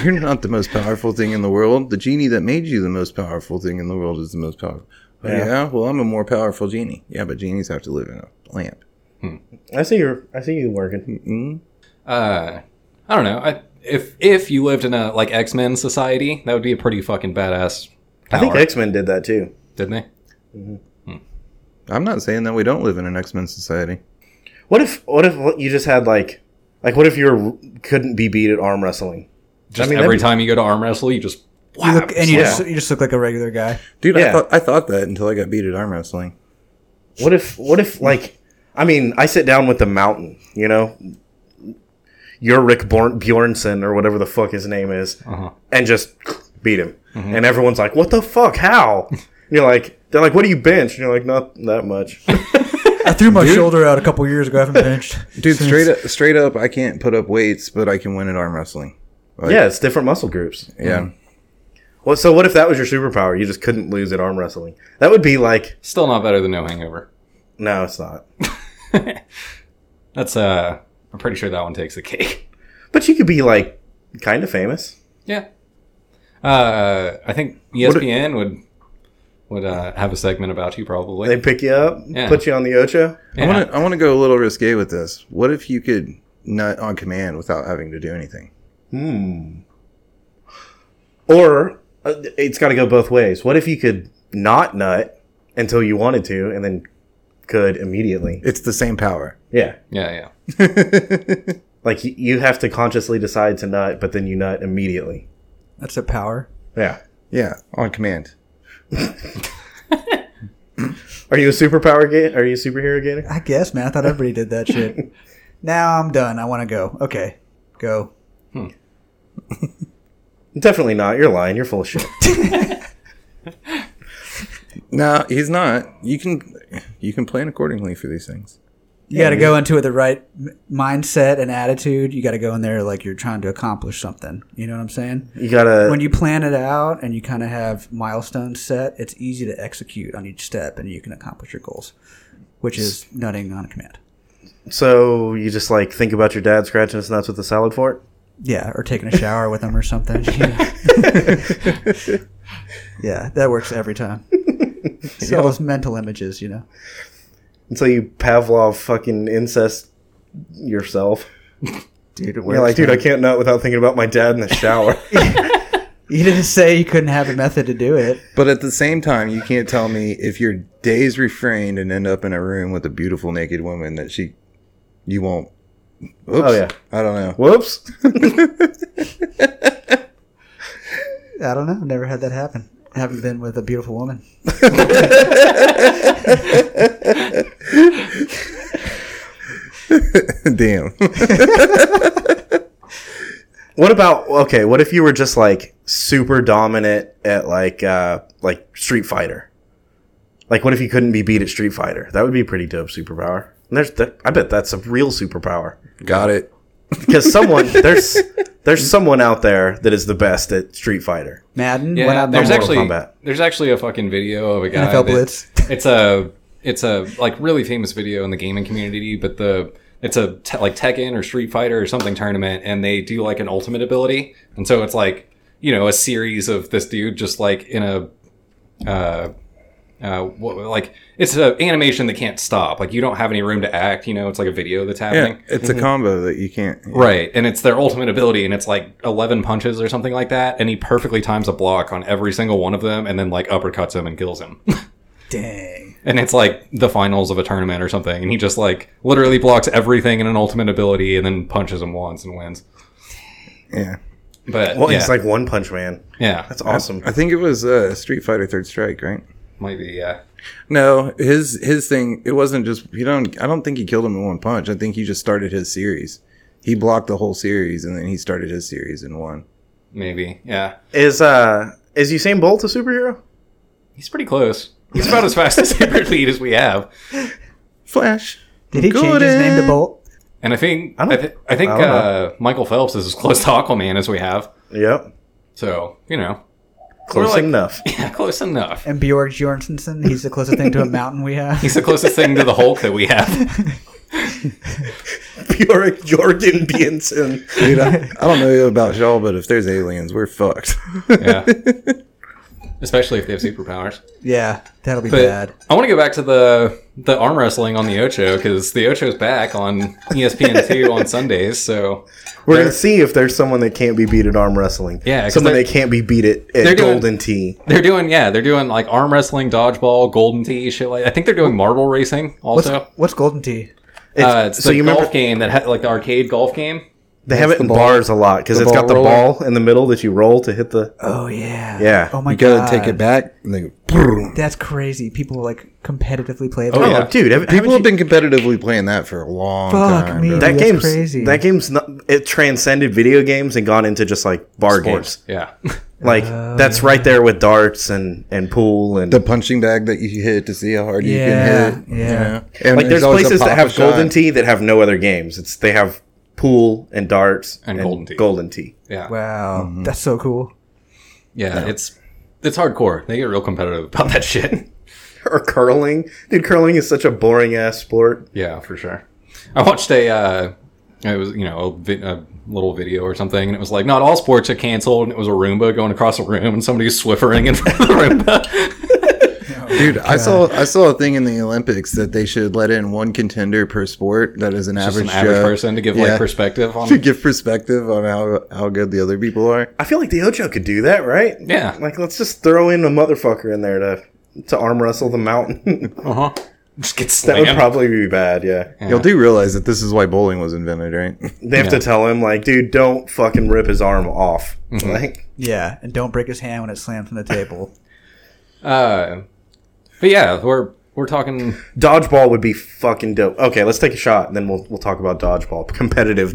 Speaker 2: You're not the most powerful thing in the world. The genie that made you the most powerful thing in the world is the most powerful. Oh,
Speaker 4: Yeah.
Speaker 2: yeah. Well, I'm a more powerful genie. Yeah, but genies have to live in a lamp.
Speaker 4: I see you. I see you working.
Speaker 1: uh I don't know. I, if if you lived in a like X Men society, that would be a pretty fucking badass
Speaker 4: I
Speaker 1: power,
Speaker 4: think X Men did that too.
Speaker 1: didn't they?
Speaker 2: I'm not saying that we don't live in an X Men society.
Speaker 4: What if what if you just had like like what if you were, couldn't be beat at arm wrestling?
Speaker 1: Just
Speaker 4: I mean,
Speaker 1: every
Speaker 4: that'd
Speaker 1: time you go to arm wrestle, you just
Speaker 3: You
Speaker 1: whap,
Speaker 3: look, and you
Speaker 4: Yeah.
Speaker 3: just you just look like a regular guy.
Speaker 2: Dude,
Speaker 4: Yeah.
Speaker 2: I, thought, I thought that until I got beat at arm wrestling.
Speaker 4: What if what if like I mean I sit down with the mountain, you know, you're Rick Born- Bjornson or whatever the fuck his name is, and just beat him, and everyone's like, "What the fuck? How?" And you're like, they're like, "What do you bench?" And you're like, "Not that much."
Speaker 3: I threw my shoulder out a couple years ago. I haven't benched.
Speaker 2: Dude,
Speaker 3: since.
Speaker 2: straight up, straight up, I can't put up weights, but I can win at arm wrestling. Like,
Speaker 4: yeah, it's different muscle groups.
Speaker 2: Yeah.
Speaker 4: Well, so what if that was your superpower? You just couldn't lose at arm wrestling. That would be like,
Speaker 1: still not better than no hangover.
Speaker 4: no, it's not.
Speaker 1: That's uh I'm pretty sure that one takes the cake.
Speaker 4: But you could be like kind of famous.
Speaker 1: Yeah. Uh I think ESPN would would uh, have a segment about you probably.
Speaker 4: They pick you up,
Speaker 1: Yeah.
Speaker 4: put you on the ocho.
Speaker 1: Yeah.
Speaker 2: I want to I want to go a little risque with this. What if you could nut on command without having to do anything?
Speaker 4: Or uh, it's got to go both ways. What if you could not nut until you wanted to and then could immediately?
Speaker 2: It's the same power.
Speaker 4: Yeah.
Speaker 1: yeah, yeah.
Speaker 4: Like y- you have to consciously decide to nut, but then you nut immediately.
Speaker 3: That's a power.
Speaker 4: Yeah.
Speaker 2: Yeah, on command.
Speaker 4: Are you a superpower gator? Are you a superhero gator?
Speaker 3: I guess, man. I thought everybody did that shit. Now I'm done. I want to go. Okay, go.
Speaker 4: Definitely not. You're lying. You're full of shit.
Speaker 2: No, he's not. You can you can plan accordingly for these things.
Speaker 3: You got to go into it with the right m- mindset and attitude. You got to go in there like you're trying to accomplish something. You know what I'm saying?
Speaker 4: You gotta.
Speaker 3: When you plan it out and you kind of have milestones set, it's easy to execute on each step and you can accomplish your goals, which is nutting on command.
Speaker 4: so you just like think about your dad scratching his nuts with a salad fork.
Speaker 3: Yeah, or taking a shower with them or something. Yeah. yeah, that works every time. It's all those mental images, you know.
Speaker 4: until you Pavlov fucking incest yourself.
Speaker 3: Dude, it works.
Speaker 4: You're like, dude, I can't nut without thinking about my dad in the shower.
Speaker 3: You didn't say you couldn't have a method to do it.
Speaker 2: But at the same time, you can't tell me if your days refrained and end up in a room with a beautiful naked woman that she you won't. Oops.
Speaker 4: Oh, yeah.
Speaker 2: I don't know.
Speaker 4: Whoops.
Speaker 3: I don't know. Never had that happen. Haven't been with a beautiful woman.
Speaker 2: Damn.
Speaker 4: What about okay? What if you were just like super dominant at like uh like Street Fighter? Like, what if you couldn't be beat at Street Fighter? That would be a pretty dope superpower. And there's, that, I bet that's a real superpower
Speaker 2: Got it.
Speaker 4: because someone there's there's someone out there that is the best at Street Fighter.
Speaker 3: Madden.
Speaker 1: Yeah,
Speaker 3: went out
Speaker 1: there's
Speaker 3: there-
Speaker 4: Mortal
Speaker 1: actually
Speaker 4: Kombat.
Speaker 1: there's actually a fucking video of a guy. that-
Speaker 3: NFL Blitz.
Speaker 1: It's a it's a like really famous video in the gaming community, but the it's a te- like Tekken or Street Fighter or something tournament, and they do like an ultimate ability, and so it's like you know a series of this dude just like in a uh uh what, like it's an animation that can't stop. Like you don't have any room to act. You know, it's like a video that's happening.
Speaker 2: Yeah, it's a combo that you can't.
Speaker 1: Right, and it's their ultimate ability, and it's like eleven punches or something like that, and he perfectly times a block on every single one of them, and then like uppercuts him and kills him.
Speaker 3: Dang.
Speaker 1: and it's like the finals of a tournament or something, and he just like literally blocks everything in an ultimate ability, and then punches him once and wins.
Speaker 2: Yeah.
Speaker 1: But
Speaker 4: Well,
Speaker 1: yeah,
Speaker 4: it's like One Punch Man.
Speaker 1: yeah,
Speaker 4: That's awesome.
Speaker 2: I think it was uh, Street Fighter Third Strike, right?
Speaker 1: might be yeah,
Speaker 2: No, his his thing. It wasn't just you don't. I don't think he killed him in one punch. I think he just started his series. He blocked the whole series, and then he started his series in one.
Speaker 1: maybe yeah.
Speaker 4: Is uh is Usain Bolt a superhero?
Speaker 1: He's pretty close. He's about as fast as Hyper Lead as we have,
Speaker 2: Flash.
Speaker 3: Did he change his name to Bolt?
Speaker 1: and I think
Speaker 4: I
Speaker 1: I,
Speaker 4: don't-
Speaker 1: thi- I think
Speaker 4: I don't know.
Speaker 1: uh, Michael Phelps is as close to Aquaman as we have.
Speaker 4: Yep.
Speaker 1: So you know,
Speaker 4: Close
Speaker 1: like-
Speaker 4: enough.
Speaker 1: yeah, close enough.
Speaker 3: And Bjorg Jorgensen, he's the closest thing to a mountain we have.
Speaker 1: He's the closest thing to the Hulk that we have.
Speaker 4: Bjork Jordan Benson.
Speaker 2: Dude, I, I don't know about y'all, but if there's aliens, we're fucked.
Speaker 3: Oh
Speaker 1: Yeah. Especially if they have superpowers.
Speaker 3: yeah, that'll be
Speaker 1: But
Speaker 3: bad.
Speaker 1: I want to go back to the the arm wrestling on the Ocho because the Ocho's back on E ESPN two on Sundays. So
Speaker 4: We're gonna see if there's someone that can't be beat at arm wrestling.
Speaker 1: Yeah, 'cause
Speaker 4: someone
Speaker 1: they're-
Speaker 4: that can't be beat at,
Speaker 1: they're Uh,
Speaker 4: at
Speaker 1: doing-
Speaker 4: Golden Tee.
Speaker 1: they're doing yeah they're doing like arm wrestling, dodgeball, golden tee shit like. I think they're doing marble racing
Speaker 3: What's,
Speaker 1: also.
Speaker 3: what's Golden Tee?
Speaker 1: Uh, it's
Speaker 4: so
Speaker 1: the
Speaker 4: you
Speaker 1: golf
Speaker 4: remember
Speaker 1: game that had like the arcade golf game.
Speaker 4: they have it
Speaker 2: the
Speaker 4: in
Speaker 2: ball-
Speaker 4: bars a lot because
Speaker 2: the
Speaker 4: it's got
Speaker 2: ball
Speaker 4: the
Speaker 2: roller?
Speaker 4: ball in the middle that you roll to hit the.
Speaker 3: Oh, yeah.
Speaker 4: Yeah.
Speaker 3: Oh, my
Speaker 2: you
Speaker 3: God.
Speaker 2: gotta take it back. And they go, "Brrr."
Speaker 3: That's crazy. People like competitively play that.
Speaker 1: Oh,
Speaker 4: Oh,
Speaker 1: yeah.
Speaker 4: dude,
Speaker 2: People
Speaker 4: have,
Speaker 2: have
Speaker 4: haven't you-
Speaker 2: been competitively playing that for a long
Speaker 3: Fuck
Speaker 2: time.
Speaker 3: me.
Speaker 2: bro.
Speaker 3: Dude,
Speaker 4: that
Speaker 3: that's
Speaker 4: game's
Speaker 3: crazy.
Speaker 4: That game's not. It transcended video games and gone into just like bar games.
Speaker 1: Yeah.
Speaker 4: Like that's right there with darts and and pool and
Speaker 2: the punching bag that you hit to see how hard
Speaker 3: Yeah,
Speaker 2: you can hit.
Speaker 3: yeah.
Speaker 2: you know? And
Speaker 4: like there's
Speaker 2: always a
Speaker 4: places that
Speaker 2: pop
Speaker 4: have
Speaker 2: shot.
Speaker 4: Golden Tee that have no other games. It's they have pool and darts
Speaker 1: And Golden Tee.
Speaker 4: Golden Tee.
Speaker 1: Yeah.
Speaker 3: Wow. That's so cool.
Speaker 1: yeah. It's it's hardcore. They get real competitive about that shit.
Speaker 4: or curling. Dude, curling is such a boring ass sport.
Speaker 1: Yeah, for sure. I watched a, uh, it was you know a, vi- a little video or something, and it was like not all sports are canceled, and it was a Roomba going across a room, and somebody was swiffering in front of the Roomba.
Speaker 2: Dude, I saw I saw a thing in the Olympics that they should let in one contender per sport that is an
Speaker 1: Just an
Speaker 2: average
Speaker 1: average
Speaker 2: Joe.
Speaker 1: person to give
Speaker 2: uh, Yeah.
Speaker 1: like perspective
Speaker 2: to
Speaker 1: on.
Speaker 2: give perspective on how how good the other people are.
Speaker 4: I feel like the Ocho could do that, right?
Speaker 1: Yeah.
Speaker 4: Like let's just throw in a motherfucker in there to to arm wrestle the mountain.
Speaker 1: Uh huh. Just get
Speaker 4: That would
Speaker 1: slammed.
Speaker 4: probably be bad, yeah.
Speaker 2: Y'all do realize that this is why bowling was invented, right?
Speaker 4: They have
Speaker 1: Yeah.
Speaker 4: to tell him, like, dude, don't fucking rip his arm off. Like,
Speaker 3: Yeah, and don't break his hand when it slams on the table.
Speaker 1: Uh, but yeah, we're we're talking.
Speaker 4: dodgeball would be fucking dope. Okay, let's take a shot, and then we'll, we'll talk about dodgeball. Competitive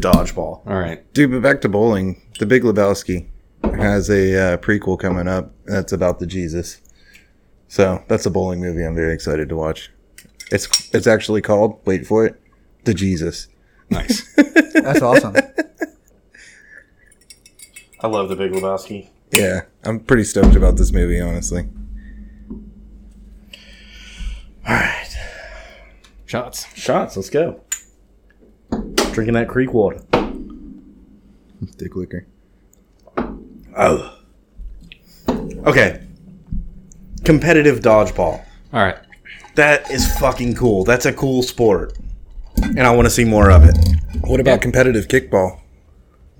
Speaker 1: All
Speaker 4: dodgeball.
Speaker 1: right.
Speaker 2: Dude, but back to bowling. The Big Lebowski has a uh, prequel coming up that's about the Jesus. So that's a bowling movie I'm very excited to watch. It's it's actually called, wait for it, The Jesus.
Speaker 1: Nice.
Speaker 3: That's awesome.
Speaker 4: I love the Big Lebowski.
Speaker 2: Yeah, I'm pretty stoked about this movie, honestly.
Speaker 1: Shots.
Speaker 4: Shots, let's go. Drinking that creek water.
Speaker 2: Dick Licker.
Speaker 4: Oh. Okay. Competitive dodgeball.
Speaker 1: All right.
Speaker 4: That is fucking cool. That's a cool sport. And I want to see more of it.
Speaker 2: What about competitive kickball?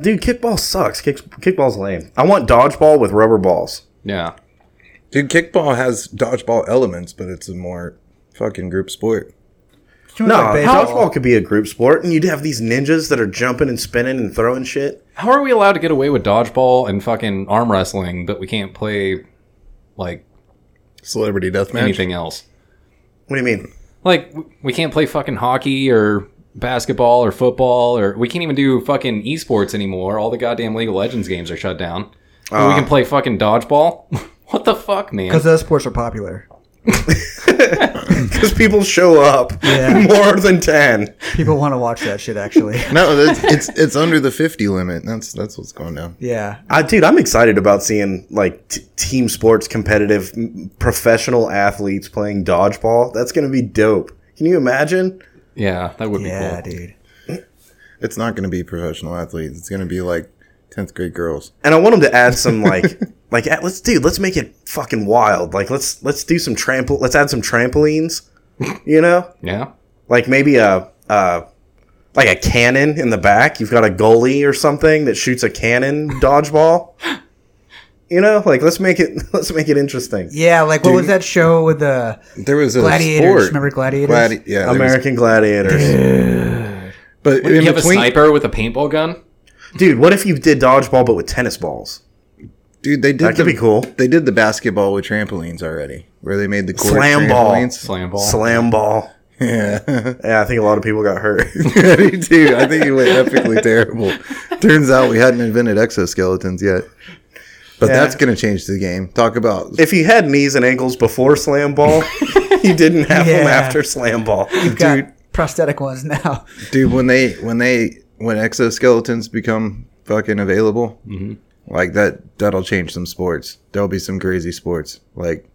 Speaker 4: Dude, kickball sucks. Kick, kickball's lame. I want dodgeball with rubber balls.
Speaker 1: Yeah.
Speaker 2: Dude, kickball has dodgeball elements, but it's a more fucking group sport.
Speaker 3: Too much
Speaker 4: No,
Speaker 3: like baseball.
Speaker 4: dodgeball could be a group sport, and you'd have these ninjas that are jumping and spinning and throwing shit.
Speaker 1: How are we allowed to get away with dodgeball and fucking arm wrestling, but we can't play like
Speaker 2: Celebrity deathmatch.
Speaker 1: anything else?
Speaker 4: What do you mean?
Speaker 1: Like w- we can't play fucking hockey or basketball or football or we can't even do fucking esports anymore. All the goddamn League of Legends games are shut down. But we
Speaker 4: Ah.
Speaker 1: can play fucking dodgeball. what the fuck, man?
Speaker 3: Because those sports are popular.
Speaker 4: Because people show up
Speaker 3: Yeah.
Speaker 4: more than 10.
Speaker 3: People want to watch that shit, actually.
Speaker 2: No, that's, it's it's under the 50 limit. That's that's what's going down.
Speaker 3: Yeah.
Speaker 4: I, dude, I'm excited about seeing like t- team sports, competitive, m- professional athletes playing dodgeball. That's gonna be dope. Can you imagine?
Speaker 1: Yeah, that would be
Speaker 3: Yeah,
Speaker 1: cool.
Speaker 3: dude.
Speaker 2: It's not going to be professional athletes. It's going to be like 10th grade girls.
Speaker 4: And I want them to add some like, like at- let's dude, let's make it fucking wild. Like let's let's do some trample. Let's add some trampolines. You know,
Speaker 1: Yeah.
Speaker 4: like maybe a uh, like a cannon in the back. You've got a goalie or something that shoots a cannon dodgeball. You know, like let's make it let's make it interesting.
Speaker 3: Yeah, like what was that show with the
Speaker 2: There was a
Speaker 3: Gladiators.
Speaker 2: sport.
Speaker 3: Remember Gladiators?
Speaker 2: Gladi- yeah, there was-
Speaker 4: American Gladiators.
Speaker 2: but
Speaker 1: you
Speaker 2: in
Speaker 1: have
Speaker 2: between,
Speaker 1: a sniper with a paintball gun?
Speaker 4: Dude, what if you did dodgeball but with tennis balls?
Speaker 2: dude, they did
Speaker 4: That could
Speaker 2: the-
Speaker 4: be cool.
Speaker 2: They did the basketball with trampolines already, where they made the court
Speaker 4: Slam ball.
Speaker 2: trampolines.
Speaker 1: Slam ball.
Speaker 4: Slam ball.
Speaker 2: Yeah,
Speaker 4: Yeah, I think a lot of people got hurt.
Speaker 2: me too. I think it went epically terrible. Turns out we hadn't invented exoskeletons yet, but
Speaker 4: Yeah.
Speaker 2: that's going to change the game. Talk about
Speaker 4: if you had knees and ankles before slam ball, you didn't have them
Speaker 3: Yeah.
Speaker 4: after slam ball.
Speaker 3: We've got prosthetic ones now.
Speaker 2: dude when they when they when exoskeletons become fucking available like that that'll change some sports there'll be some crazy sports like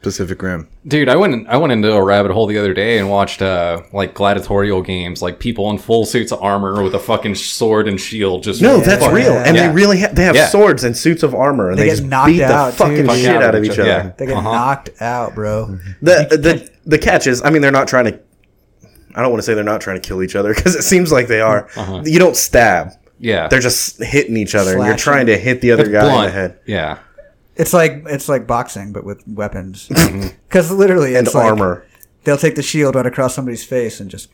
Speaker 2: pacific rim
Speaker 1: Dude, I went I went into a rabbit hole the other day and watched uh like gladiatorial games, like people in full suits of armor with a fucking sword and shield just
Speaker 4: No, that's
Speaker 1: fucking-
Speaker 4: real. And
Speaker 1: Yeah.
Speaker 4: they really ha- they have
Speaker 1: Yeah.
Speaker 4: swords and suits of armor and
Speaker 3: They
Speaker 4: they,
Speaker 3: get
Speaker 4: just
Speaker 3: knocked
Speaker 4: beat
Speaker 3: out,
Speaker 4: the fucking
Speaker 3: too.
Speaker 4: shit out of each other.
Speaker 1: Yeah.
Speaker 3: They get knocked out, bro.
Speaker 4: The the the catch is, I mean, they're not trying to. I don't want to say they're not trying to kill each other because it seems like they are. You don't stab;
Speaker 1: Yeah.
Speaker 4: they're just hitting each other, and you're
Speaker 3: Slashing.
Speaker 4: trying to hit the other guy in the
Speaker 1: blunt.
Speaker 4: head
Speaker 1: Yeah.
Speaker 3: It's like it's like boxing, but with weapons. Because literally,
Speaker 4: and
Speaker 3: it's like
Speaker 4: armor.
Speaker 3: They'll take the shield right across somebody's face and just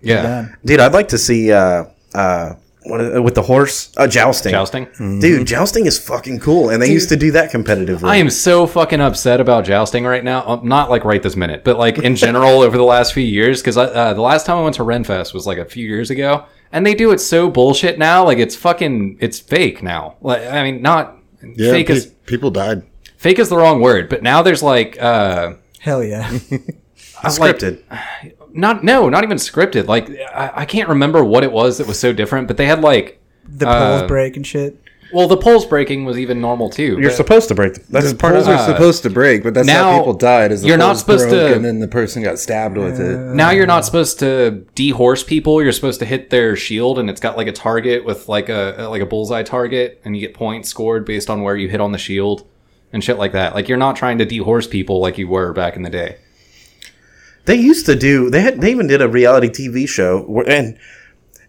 Speaker 1: Yeah.
Speaker 3: done.
Speaker 4: Dude, I'd like to see uh uh what is- with the horse uh, jousting.
Speaker 1: Jousting.
Speaker 4: Dude, jousting is fucking cool, and they used to do that competitively.
Speaker 1: I am so fucking upset about jousting right now. Um, Not like right this minute, but like in general over the last few years. Because uh, the last time I went to Renfest was like a few years ago, and they do it so bullshit now. Like it's fucking, it's fake now. Like I mean, not fake is
Speaker 2: people died
Speaker 1: fake is the wrong word, but now there's like uh,
Speaker 3: Hell yeah.
Speaker 1: I- like,
Speaker 4: scripted.
Speaker 1: not no, not even scripted. Like I, I can't remember what it was that was so different, but they had like
Speaker 3: The
Speaker 1: Uh,
Speaker 3: poles break and shit.
Speaker 1: well, the poles breaking was even normal too.
Speaker 4: You're
Speaker 1: but-
Speaker 4: supposed to break. The, that's part
Speaker 2: poles
Speaker 4: of
Speaker 2: are supposed to break but that's how
Speaker 1: now
Speaker 2: people died is the
Speaker 1: you're not
Speaker 2: poles
Speaker 1: supposed
Speaker 2: broke
Speaker 1: to-
Speaker 2: and then the person got stabbed with it
Speaker 1: now you're not supposed to dehorse people. You're supposed to hit their shield, and it's got like a target with like a like a bullseye target, and you get points scored based on where you hit on the shield and shit like that. Like you're not trying to dehorse people like you were back in the day.
Speaker 4: They used to do. They had. They even did a reality TV show, where, and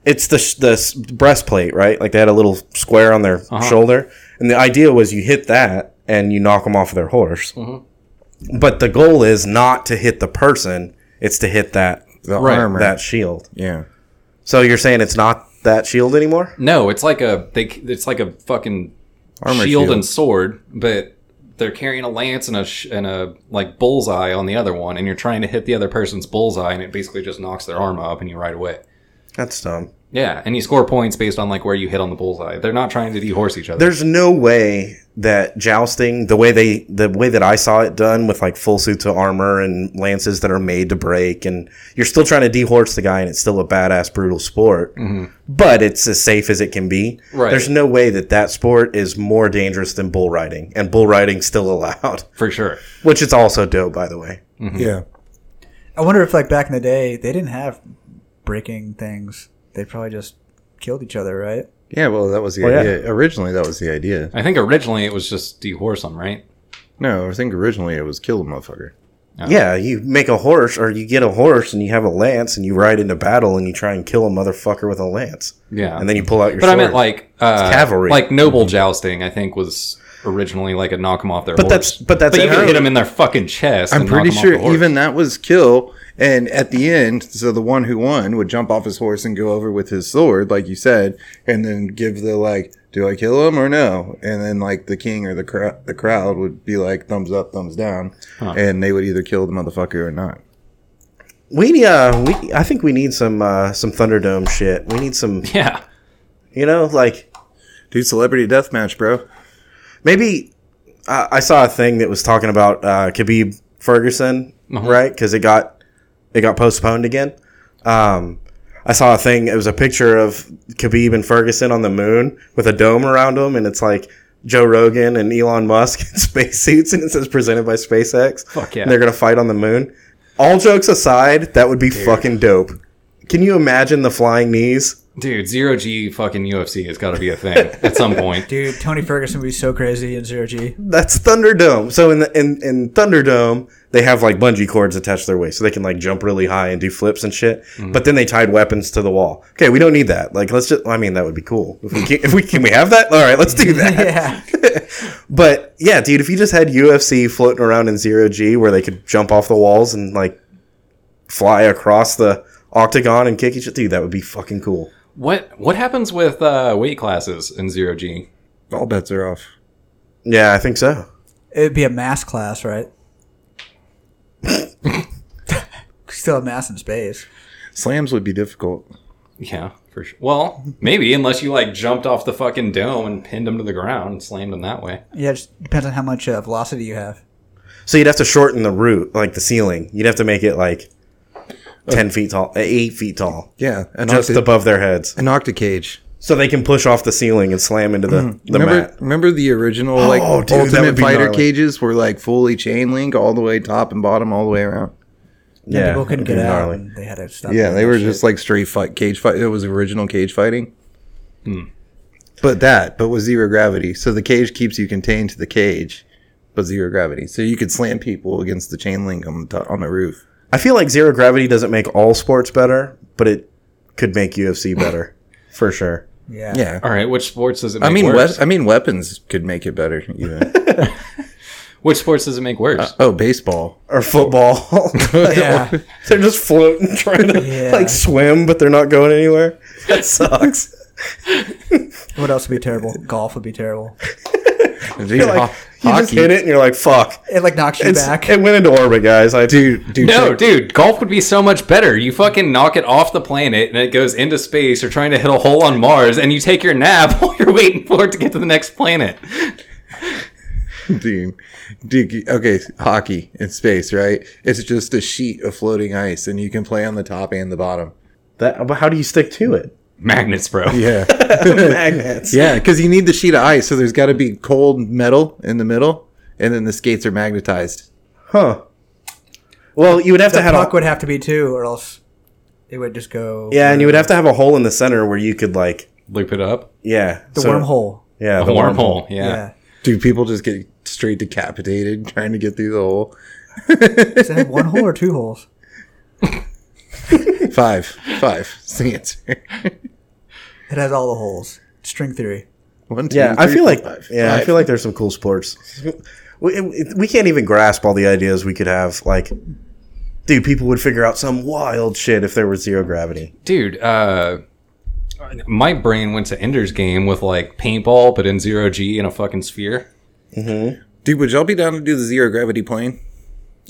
Speaker 4: it's the sh- the s- breastplate, right? Like they had a little square on their
Speaker 1: Uh-huh.
Speaker 4: shoulder, and the idea was you hit that
Speaker 1: Mm-hmm.
Speaker 4: and you knock them off their horse. But the goal is not to hit the person; It's to hit that
Speaker 2: The
Speaker 1: Right,
Speaker 2: armor.
Speaker 4: that shield.
Speaker 2: yeah.
Speaker 4: So you're saying it's not that shield anymore?
Speaker 1: No, it's like a they. It's like a fucking
Speaker 2: Armor
Speaker 1: shield,
Speaker 2: shield.
Speaker 1: and sword, but they're carrying a lance and a sh- and a like bullseye on the other one, and you're trying to hit the other person's bullseye, and it basically just knocks their arm up, and you ride away.
Speaker 4: That's dumb.
Speaker 1: Yeah, and you score points based on like where you hit on the bullseye. They're not trying to dehorse each other.
Speaker 4: There's no way that jousting, the way they, the way that I saw it done with like full suits of armor and lances that are made to break, and you're still trying to dehorse the guy, and it's still a badass brutal sport, but it's as safe as it can be.
Speaker 1: Mm-hmm. Right.
Speaker 4: There's no way that that sport is more dangerous than bull riding, and bull riding's still allowed,
Speaker 1: for sure.
Speaker 4: which is also dope, by the way.
Speaker 1: Mm-hmm.
Speaker 2: Yeah.
Speaker 3: I wonder if like back in the day they didn't have breaking things. They probably just killed each other, right?
Speaker 2: Oh, Yeah, well, that was the
Speaker 4: Well, yeah.
Speaker 2: idea. Originally, that was the idea.
Speaker 1: I think originally it was just dehorse them, right?
Speaker 2: No, I think originally it was kill the motherfucker.
Speaker 4: Yeah, you make a horse, or you get a horse, and you have a lance, and you ride into battle, and you try and kill a motherfucker with a lance,
Speaker 1: Yeah,
Speaker 4: and then you pull out your.
Speaker 1: but I
Speaker 4: sword.
Speaker 1: meant like uh,
Speaker 4: cavalry. Mm-hmm.
Speaker 1: like noble jousting. I think was originally like a knock them off their.
Speaker 4: But
Speaker 1: horse.
Speaker 4: that's but that's
Speaker 1: But you
Speaker 4: how-
Speaker 1: can hit them in their fucking chest.
Speaker 2: I'm
Speaker 1: and knock
Speaker 2: pretty
Speaker 1: 'em off
Speaker 2: sure
Speaker 1: the horse.
Speaker 2: even that was kill. And at the end, so the one who won would jump off his horse and go over with his sword, like you said, and then give the like, do I kill him or no? And then like the king or the cro- the crowd would be like thumbs up, thumbs down, and they would either kill the motherfucker or not.
Speaker 4: we uh we I think we need some uh some Thunderdome shit. We need some
Speaker 1: yeah.
Speaker 4: you know like
Speaker 2: Dude, celebrity deathmatch, bro.
Speaker 4: maybe I I saw a thing that was talking about uh, Khabib Ferguson right?
Speaker 1: Uh-huh.
Speaker 4: 'Cause right because it got it got postponed again. Um, I saw a thing. It was a picture of Khabib and Ferguson on the moon with a dome around them, and it's like Joe Rogan and Elon Musk in spacesuits, and it says presented by SpaceX.
Speaker 1: Fuck yeah.
Speaker 4: And they're gonna fight on the moon. All jokes aside, that would be fucking dope. Can you imagine the flying knees?
Speaker 1: Dude, zero G fucking UFC has got to be a thing at some point.
Speaker 3: Dude, Tony Ferguson would be so crazy in zero G.
Speaker 4: That's Thunderdome. So in the, in in Thunderdome, they have like bungee cords attached to their waist, so they can like jump really high and do flips and shit. But then they tied weapons to the wall. Okay, we don't need that. Like, let's just. I mean, that would be cool if we can. If we can, we have that. All right, let's do that.
Speaker 3: Yeah.
Speaker 4: But yeah, dude, if you just had UFC floating around in zero G where they could jump off the walls and like fly across the octagon and kick each other, dude, that would be fucking cool.
Speaker 1: What what happens with uh, weight classes in zero G?
Speaker 2: All bets are off.
Speaker 4: Yeah, I think so.
Speaker 3: It'd be a mass class, right? Still have mass in space.
Speaker 2: Slams would be difficult.
Speaker 1: Yeah, for sure. Well, maybe unless you like jumped off the fucking dome and pinned them to the ground and slammed them that way.
Speaker 3: Yeah, it just depends on how much uh, velocity you have.
Speaker 4: So you'd have to shorten the roof, like the ceiling. You'd have to make it like ten feet tall, eh, eight feet tall,
Speaker 2: Yeah, an
Speaker 4: just
Speaker 2: octa-
Speaker 4: above their heads,
Speaker 2: an octacage.
Speaker 4: so they can push off the ceiling and slam into the the
Speaker 2: remember,
Speaker 4: mat.
Speaker 2: remember the original like
Speaker 4: Oh, dude, that would
Speaker 2: Ultimate
Speaker 4: be
Speaker 2: Fighter
Speaker 4: gnarly.
Speaker 2: cages were like fully chain link all the way top and bottom all the way around.
Speaker 4: Yeah,
Speaker 3: People couldn't
Speaker 4: it'd be
Speaker 3: get out.
Speaker 4: gnarly.
Speaker 3: And they had to stop.
Speaker 2: Yeah,
Speaker 3: doing
Speaker 2: they
Speaker 3: that
Speaker 2: were
Speaker 3: shit.
Speaker 2: just like straight fight cage fight. It was original cage fighting. But that, but with zero gravity, so the cage keeps you contained to the cage, but zero gravity, so you could slam people against the chain link on the top, on the roof.
Speaker 4: I feel like zero gravity doesn't make all sports better, but it could make UFC better for sure.
Speaker 3: yeah.
Speaker 2: Yeah,
Speaker 1: All right, which sports does it? Make
Speaker 2: I mean,
Speaker 1: worse?
Speaker 2: we- I mean, weapons could make it better. Even
Speaker 1: which sports does it make worse?
Speaker 2: oh, baseball.
Speaker 4: Or football.
Speaker 3: Yeah.
Speaker 4: they're just floating, trying to
Speaker 3: Yeah.
Speaker 4: like swim, but they're not going anywhere. That sucks.
Speaker 3: What else would be terrible? Golf would be terrible.
Speaker 2: Dude,
Speaker 4: You're like,
Speaker 2: ho-
Speaker 4: you just hit it and you're like, fuck.
Speaker 3: It like knocks you
Speaker 4: It's-
Speaker 3: back.
Speaker 4: It went into orbit, guys. I
Speaker 2: dude, dude,
Speaker 1: no,
Speaker 2: check-
Speaker 1: dude, golf would be so much better. You fucking knock it off the planet and it goes into space. You're trying to hit a hole on Mars and you take your nap while you're waiting for it to get to the next planet.
Speaker 2: Dude, dude, okay, hockey in space, right? It's just a sheet of floating ice, and you can play on the top and the bottom.
Speaker 4: That, but how do you stick to it?
Speaker 1: Magnets, bro.
Speaker 2: Yeah,
Speaker 4: Magnets.
Speaker 2: yeah, because you need the sheet of ice, so there's got to be cold metal in the middle, and then the skates are magnetized.
Speaker 4: Huh. Well, you would have
Speaker 3: The
Speaker 4: to have
Speaker 3: puck
Speaker 4: a,
Speaker 3: would have to be too, or else it would just go.
Speaker 4: yeah, and you would have to have a hole in the center where you could like
Speaker 1: Loop it up.
Speaker 4: yeah
Speaker 3: the
Speaker 4: so-
Speaker 3: wormhole.
Speaker 4: Yeah,
Speaker 1: A
Speaker 4: the
Speaker 1: wormhole.
Speaker 4: wormhole.
Speaker 1: Yeah.
Speaker 3: Yeah.
Speaker 2: Do people just get straight decapitated trying to get through the hole?
Speaker 3: Does it have one hole or two holes?
Speaker 2: Five, five. It's the answer.
Speaker 3: It has all the holes. String theory.
Speaker 2: One, two,
Speaker 4: Yeah, I
Speaker 2: three,
Speaker 4: feel
Speaker 2: four,
Speaker 4: like
Speaker 2: five,
Speaker 4: yeah, I
Speaker 2: five.
Speaker 4: feel like there's some cool sports. We, it- we can't even grasp all the ideas we could have. Like dude, people would figure out some wild shit if there was zero gravity.
Speaker 1: dude uh my brain went to ender's game with like paintball but in zero g in a fucking sphere
Speaker 2: Dude, would y'all be down to do the zero gravity plane?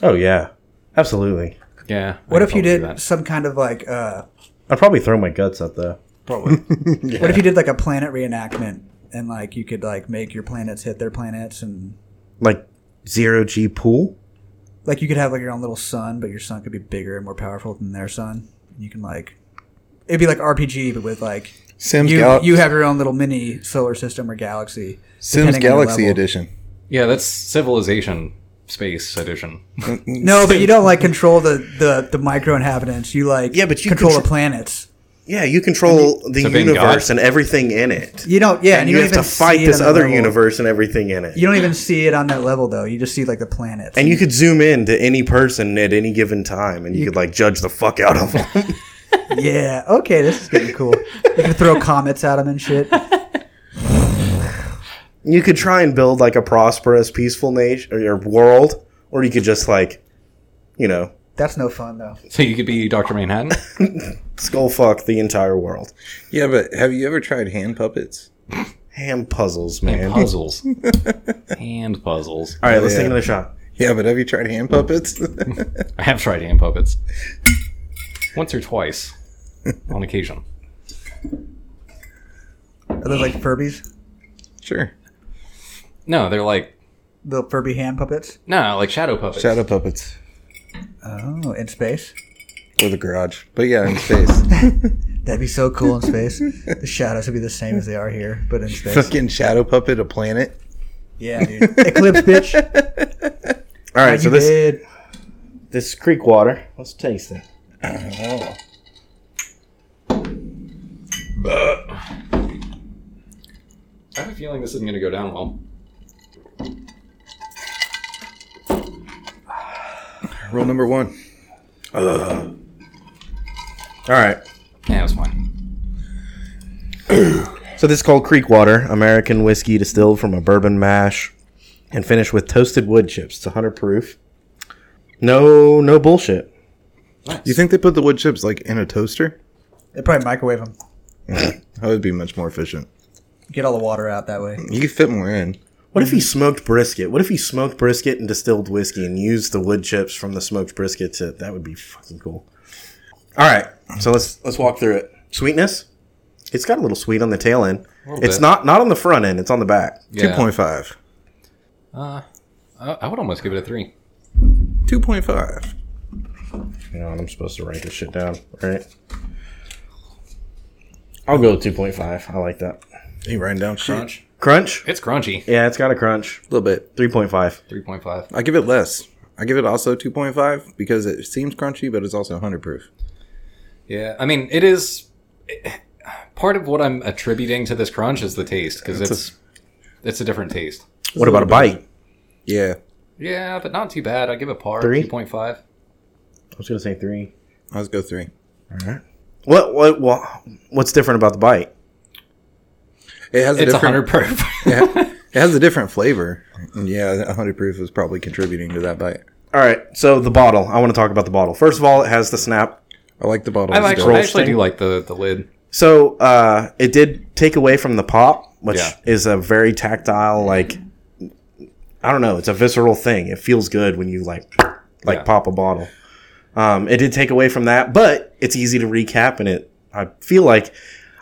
Speaker 4: Oh yeah, absolutely.
Speaker 1: yeah I
Speaker 3: What
Speaker 1: could
Speaker 3: if
Speaker 1: probably do
Speaker 3: you did
Speaker 1: that.
Speaker 3: some kind of like uh
Speaker 4: I'd probably throw my guts up though.
Speaker 3: probably what if you did like a planet reenactment and like you could like make your planets hit their planets and
Speaker 4: Like zero G pool.
Speaker 3: like you could have like your own little sun, but your sun could be bigger and more powerful than their sun. You can like it'd be like RPG, but with like
Speaker 2: Sims,
Speaker 3: you
Speaker 2: Gal-
Speaker 3: you have your own little mini solar system or galaxy.
Speaker 2: Sims
Speaker 3: depending on your
Speaker 2: Galaxy
Speaker 3: level.
Speaker 2: Edition.
Speaker 1: yeah that's civilization space edition
Speaker 3: No, but you don't like control the the, the micro inhabitants. You like
Speaker 4: Yeah, but you
Speaker 3: control
Speaker 4: contr-
Speaker 3: the planets.
Speaker 4: Yeah, you control the
Speaker 1: So being
Speaker 4: universe
Speaker 1: God?
Speaker 4: and everything in it.
Speaker 3: You don't. Yeah,
Speaker 4: and, you,
Speaker 3: don't
Speaker 4: have to
Speaker 3: even
Speaker 4: fight
Speaker 3: see it
Speaker 4: this
Speaker 3: on that
Speaker 4: other
Speaker 3: level.
Speaker 4: universe and everything in it.
Speaker 3: You don't even see it on that level though. You just see like the planets.
Speaker 4: and you could zoom in to any person at any given time, and you, could like judge the fuck out of them.
Speaker 3: yeah. Okay, this is getting cool. you can throw comets at them and shit.
Speaker 4: you could try and build like a prosperous, peaceful nation or, or world, or you could just like, you know,
Speaker 3: That's no fun though.
Speaker 1: so you could be dr manhattan
Speaker 4: skull fuck the entire world.
Speaker 2: Yeah, but have you ever tried hand puppets?
Speaker 4: Ham puzzles,
Speaker 1: and
Speaker 4: man.
Speaker 1: puzzles hand puzzles
Speaker 4: All right, let's
Speaker 2: Yeah.
Speaker 4: take another shot.
Speaker 2: Yeah, but have you tried hand puppets?
Speaker 1: i have tried hand puppets once or twice on occasion
Speaker 3: Are those like Furbies?
Speaker 2: sure.
Speaker 1: no they're like
Speaker 3: Little Furby hand puppets?
Speaker 1: no like shadow puppets
Speaker 2: Shadow puppets
Speaker 3: Oh, in space.
Speaker 2: or the garage. But yeah, in space.
Speaker 3: That'd be so cool in space. the shadows would be the same as they are here, but in space.
Speaker 2: Fucking shadow puppet a planet.
Speaker 3: Yeah, dude. Eclipse, bitch.
Speaker 4: All right,
Speaker 3: Right,
Speaker 4: so
Speaker 3: you
Speaker 4: this
Speaker 3: did.
Speaker 4: this creek water. Let's taste it.
Speaker 3: Oh.
Speaker 1: i have a feeling this isn't going to go down well
Speaker 2: Rule number one.
Speaker 4: All right.
Speaker 1: yeah it was fine
Speaker 4: So this is called Creek Water, American whiskey distilled from a bourbon mash, and finished with toasted wood chips. It's 100 proof. No, no bullshit.
Speaker 2: You think they put the wood chips like in a toaster?
Speaker 3: They'd probably microwave them.
Speaker 2: That would be much more efficient.
Speaker 3: Get all the water out that way.
Speaker 2: You could fit more in.
Speaker 4: What if he smoked brisket? What if he smoked brisket and distilled whiskey and used the wood chips from the smoked brisket to? That would be fucking cool. All right, so let's let's walk through it. Sweetness, it's got a little sweet on the tail end.
Speaker 1: little
Speaker 4: It's
Speaker 1: bit.
Speaker 4: not not on the front end. It's on the back.
Speaker 1: yeah.
Speaker 2: 2.5.
Speaker 1: uh, I I would almost give it a three
Speaker 2: 2.5.
Speaker 4: You know, I'm supposed to write this shit down, right? I'll go with 2.5. I like that.
Speaker 2: You writing down shit?
Speaker 1: crunch
Speaker 4: Crunch?
Speaker 1: it's crunchy
Speaker 4: Yeah, it's got a crunch.
Speaker 2: A little bit.
Speaker 4: 3.5.
Speaker 1: 3.5
Speaker 2: I give it less. I give it also 2.5 because it seems crunchy, but it's also 100 proof.
Speaker 1: Yeah, I mean, it is part of what I'm attributing to this crunch is the taste because it's it's a, different taste.
Speaker 4: What about a bite?
Speaker 2: Yeah.
Speaker 1: Yeah, but not too bad. I give it par
Speaker 4: Three?
Speaker 1: two point five.
Speaker 4: I was going to say 3.
Speaker 2: Let's go three.
Speaker 4: What, what what what's different about the bite?
Speaker 2: It has a
Speaker 1: It's hundred
Speaker 2: different.
Speaker 1: proof.
Speaker 2: It has a different flavor. Yeah, 100 proof is probably contributing to that bite.
Speaker 4: All right, so the bottle. I want to talk about the bottle. First of all, it has the snap.
Speaker 2: I like the bottle.
Speaker 1: I actually, I
Speaker 4: roll
Speaker 1: actually
Speaker 4: sting.
Speaker 1: do like the the lid.
Speaker 4: So uh, it did take away from the pop, which
Speaker 1: Yeah.
Speaker 4: is a very tactile, like I don't know, it's a visceral thing. It feels good when you like like
Speaker 1: Yeah.
Speaker 4: pop a bottle. Um, it did take away from that, but it's easy to recap, and it I feel like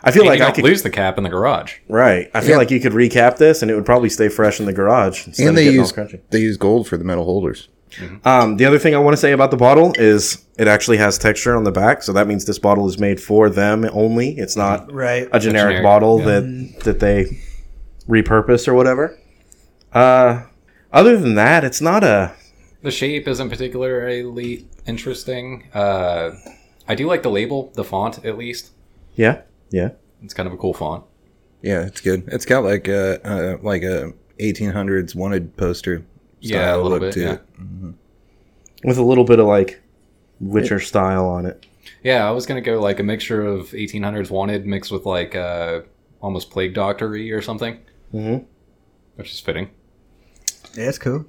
Speaker 4: I feel
Speaker 1: And
Speaker 4: like
Speaker 1: you
Speaker 4: I
Speaker 1: don't
Speaker 4: could
Speaker 1: lose the cap in the garage.
Speaker 4: right. I feel like you could recap this, and it would probably stay fresh in the garage. Instead
Speaker 2: and they
Speaker 4: of getting
Speaker 2: use
Speaker 4: all crunchy.
Speaker 2: they use gold for the metal holders.
Speaker 4: Um, the other thing I want to say about the bottle is it actually has texture on the back, so that means this bottle is made for them only. It's not
Speaker 3: Right.
Speaker 4: a generic,
Speaker 1: generic,
Speaker 4: bottle
Speaker 1: yeah.
Speaker 4: that that they repurpose or whatever. Uh, other than that, it's not a
Speaker 1: The shape isn't particularly interesting. Uh, I do like the label, the font at least.
Speaker 4: yeah yeah.
Speaker 1: It's kind of a cool font.
Speaker 2: Yeah, it's good. It's got like a uh, like a 1800s wanted poster.
Speaker 1: Yeah, a
Speaker 2: style
Speaker 1: little
Speaker 2: look
Speaker 1: bit.
Speaker 2: to
Speaker 1: Yeah.
Speaker 2: it.
Speaker 4: with a little bit of like Witcher style on it.
Speaker 1: yeah, I was gonna go like a mixture of 1800s Wanted mixed with like uh, almost Plague Doctory or something,
Speaker 2: Mm-hmm.
Speaker 4: Mhm.
Speaker 1: which is fitting.
Speaker 3: Yeah, it's cool.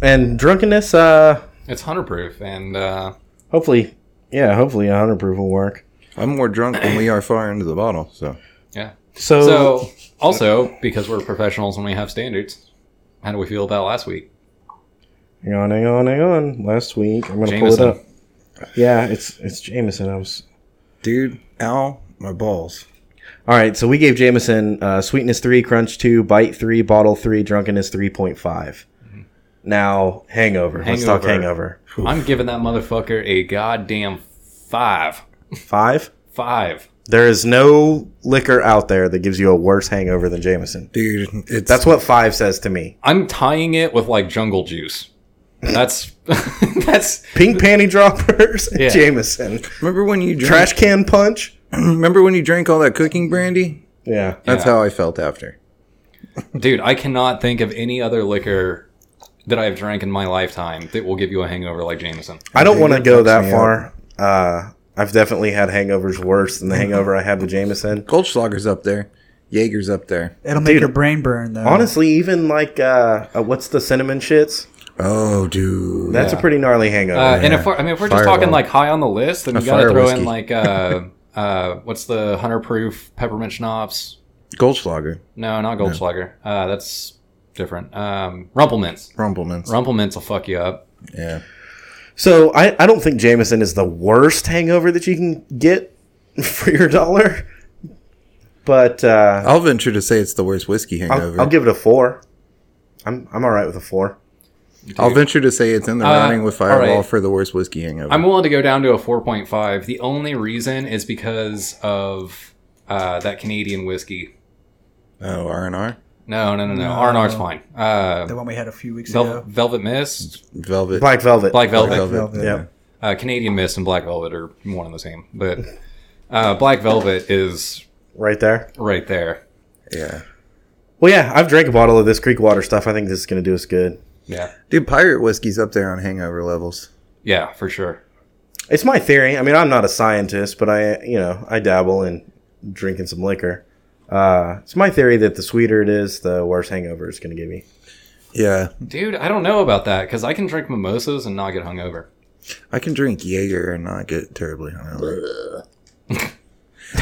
Speaker 4: And drunkenness, uh,
Speaker 1: It's hundred proof, and uh,
Speaker 4: Hopefully, yeah, hopefully 100 proof will work.
Speaker 2: I'm more drunk than we are far into the bottle. So
Speaker 1: Yeah.
Speaker 4: So,
Speaker 1: So, also, because we're professionals and we have standards, how do we feel about last week?
Speaker 4: hang on, hang on, hang on. Last week, I'm gonna
Speaker 1: Jameson.
Speaker 4: pull it up. Yeah, it's it's Jameson. I was
Speaker 2: dude, ow, my balls.
Speaker 4: all right. So we gave Jameson uh, sweetness three, crunch two, bite three, bottle three, drunkenness three point five. Now hangover. Let's talk
Speaker 1: Hangover.
Speaker 4: hangover.
Speaker 1: I'm giving that motherfucker a goddamn five.
Speaker 4: Five.
Speaker 1: Five.
Speaker 4: There is no liquor out there that gives you a worse hangover than Jameson.
Speaker 2: Dude, it's
Speaker 4: That's what five says to me.
Speaker 1: I'm tying it with like jungle juice. That's that's
Speaker 4: Pink panty droppers and
Speaker 1: Yeah.
Speaker 4: Jameson.
Speaker 2: remember when you drank,
Speaker 4: Trash can punch.
Speaker 2: remember when you drank all that cooking brandy?
Speaker 4: Yeah.
Speaker 2: That's
Speaker 1: Yeah.
Speaker 2: how I felt after.
Speaker 1: dude. I cannot think of any other liquor that I've drank in my lifetime that will give you a hangover like Jameson.
Speaker 4: I don't want to go
Speaker 2: me
Speaker 4: that
Speaker 2: up.
Speaker 4: far. Uh, I've definitely had hangovers worse than the hangover I had with Jameson.
Speaker 2: Goldschlager's up there, Jaeger's up there.
Speaker 3: It'll make
Speaker 4: Dude.
Speaker 3: your brain burn though.
Speaker 4: Honestly, even like uh, uh, what's the cinnamon shits?
Speaker 2: Oh, dude,
Speaker 4: That's a pretty gnarly hangover.
Speaker 1: Uh, And if we're, I mean, if we're just
Speaker 2: Oh, Fireball.
Speaker 1: talking like high on the list, then you gotta
Speaker 2: fire
Speaker 1: throw in
Speaker 2: whiskey.
Speaker 1: like uh, uh, what's the hunter proof peppermint schnapps?
Speaker 2: Goldschlager,
Speaker 1: No, not Goldschlager. Uh, that's different. Um, Rumplemint's.
Speaker 2: Rumplemans.
Speaker 1: Rumplemint's will fuck you up.
Speaker 2: yeah,
Speaker 4: so I, I don't think Jameson is the worst hangover that you can get for your dollar. But uh,
Speaker 2: I'll venture to say it's the worst whiskey hangover.
Speaker 4: I'll,
Speaker 2: I'll,
Speaker 4: I'll give it a four. I'm I'm all right with a four.
Speaker 2: venture to say it's in the
Speaker 1: Uh,
Speaker 2: running with Fireball
Speaker 1: alright.
Speaker 2: for the worst whiskey hangover.
Speaker 1: I'm willing to go down to a 4.5. The only reason is because of uh, that Canadian whiskey.
Speaker 2: oh, R and R,
Speaker 1: No, no, no, no. R and R's fine.
Speaker 3: the
Speaker 1: Uh,
Speaker 3: one we had a few weeks
Speaker 1: Vel-
Speaker 3: ago.
Speaker 1: Velvet Mist,
Speaker 2: Velvet,
Speaker 4: Black Velvet.
Speaker 1: Black Velvet,
Speaker 3: Velvet.
Speaker 4: Yeah.
Speaker 1: Uh, Canadian Mist, and Black Velvet are one and the same. But uh, Black Velvet is
Speaker 4: Right there.
Speaker 1: right there.
Speaker 2: yeah.
Speaker 4: Well, yeah, I've drank a bottle of this creek water stuff. I think this is going to do us good.
Speaker 1: Yeah,
Speaker 2: Dude, pirate whiskey's up there on hangover levels.
Speaker 1: yeah, for sure.
Speaker 4: It's my theory. I mean, I'm not a scientist, but I, you know, I dabble in drinking some liquor. Uh, it's my theory that the sweeter it is, the worse hangover it's going to give me.
Speaker 2: Yeah,
Speaker 1: Dude, I don't know about that because I can drink mimosas and not get hungover.
Speaker 2: I can drink Jaeger and not get terribly hungover.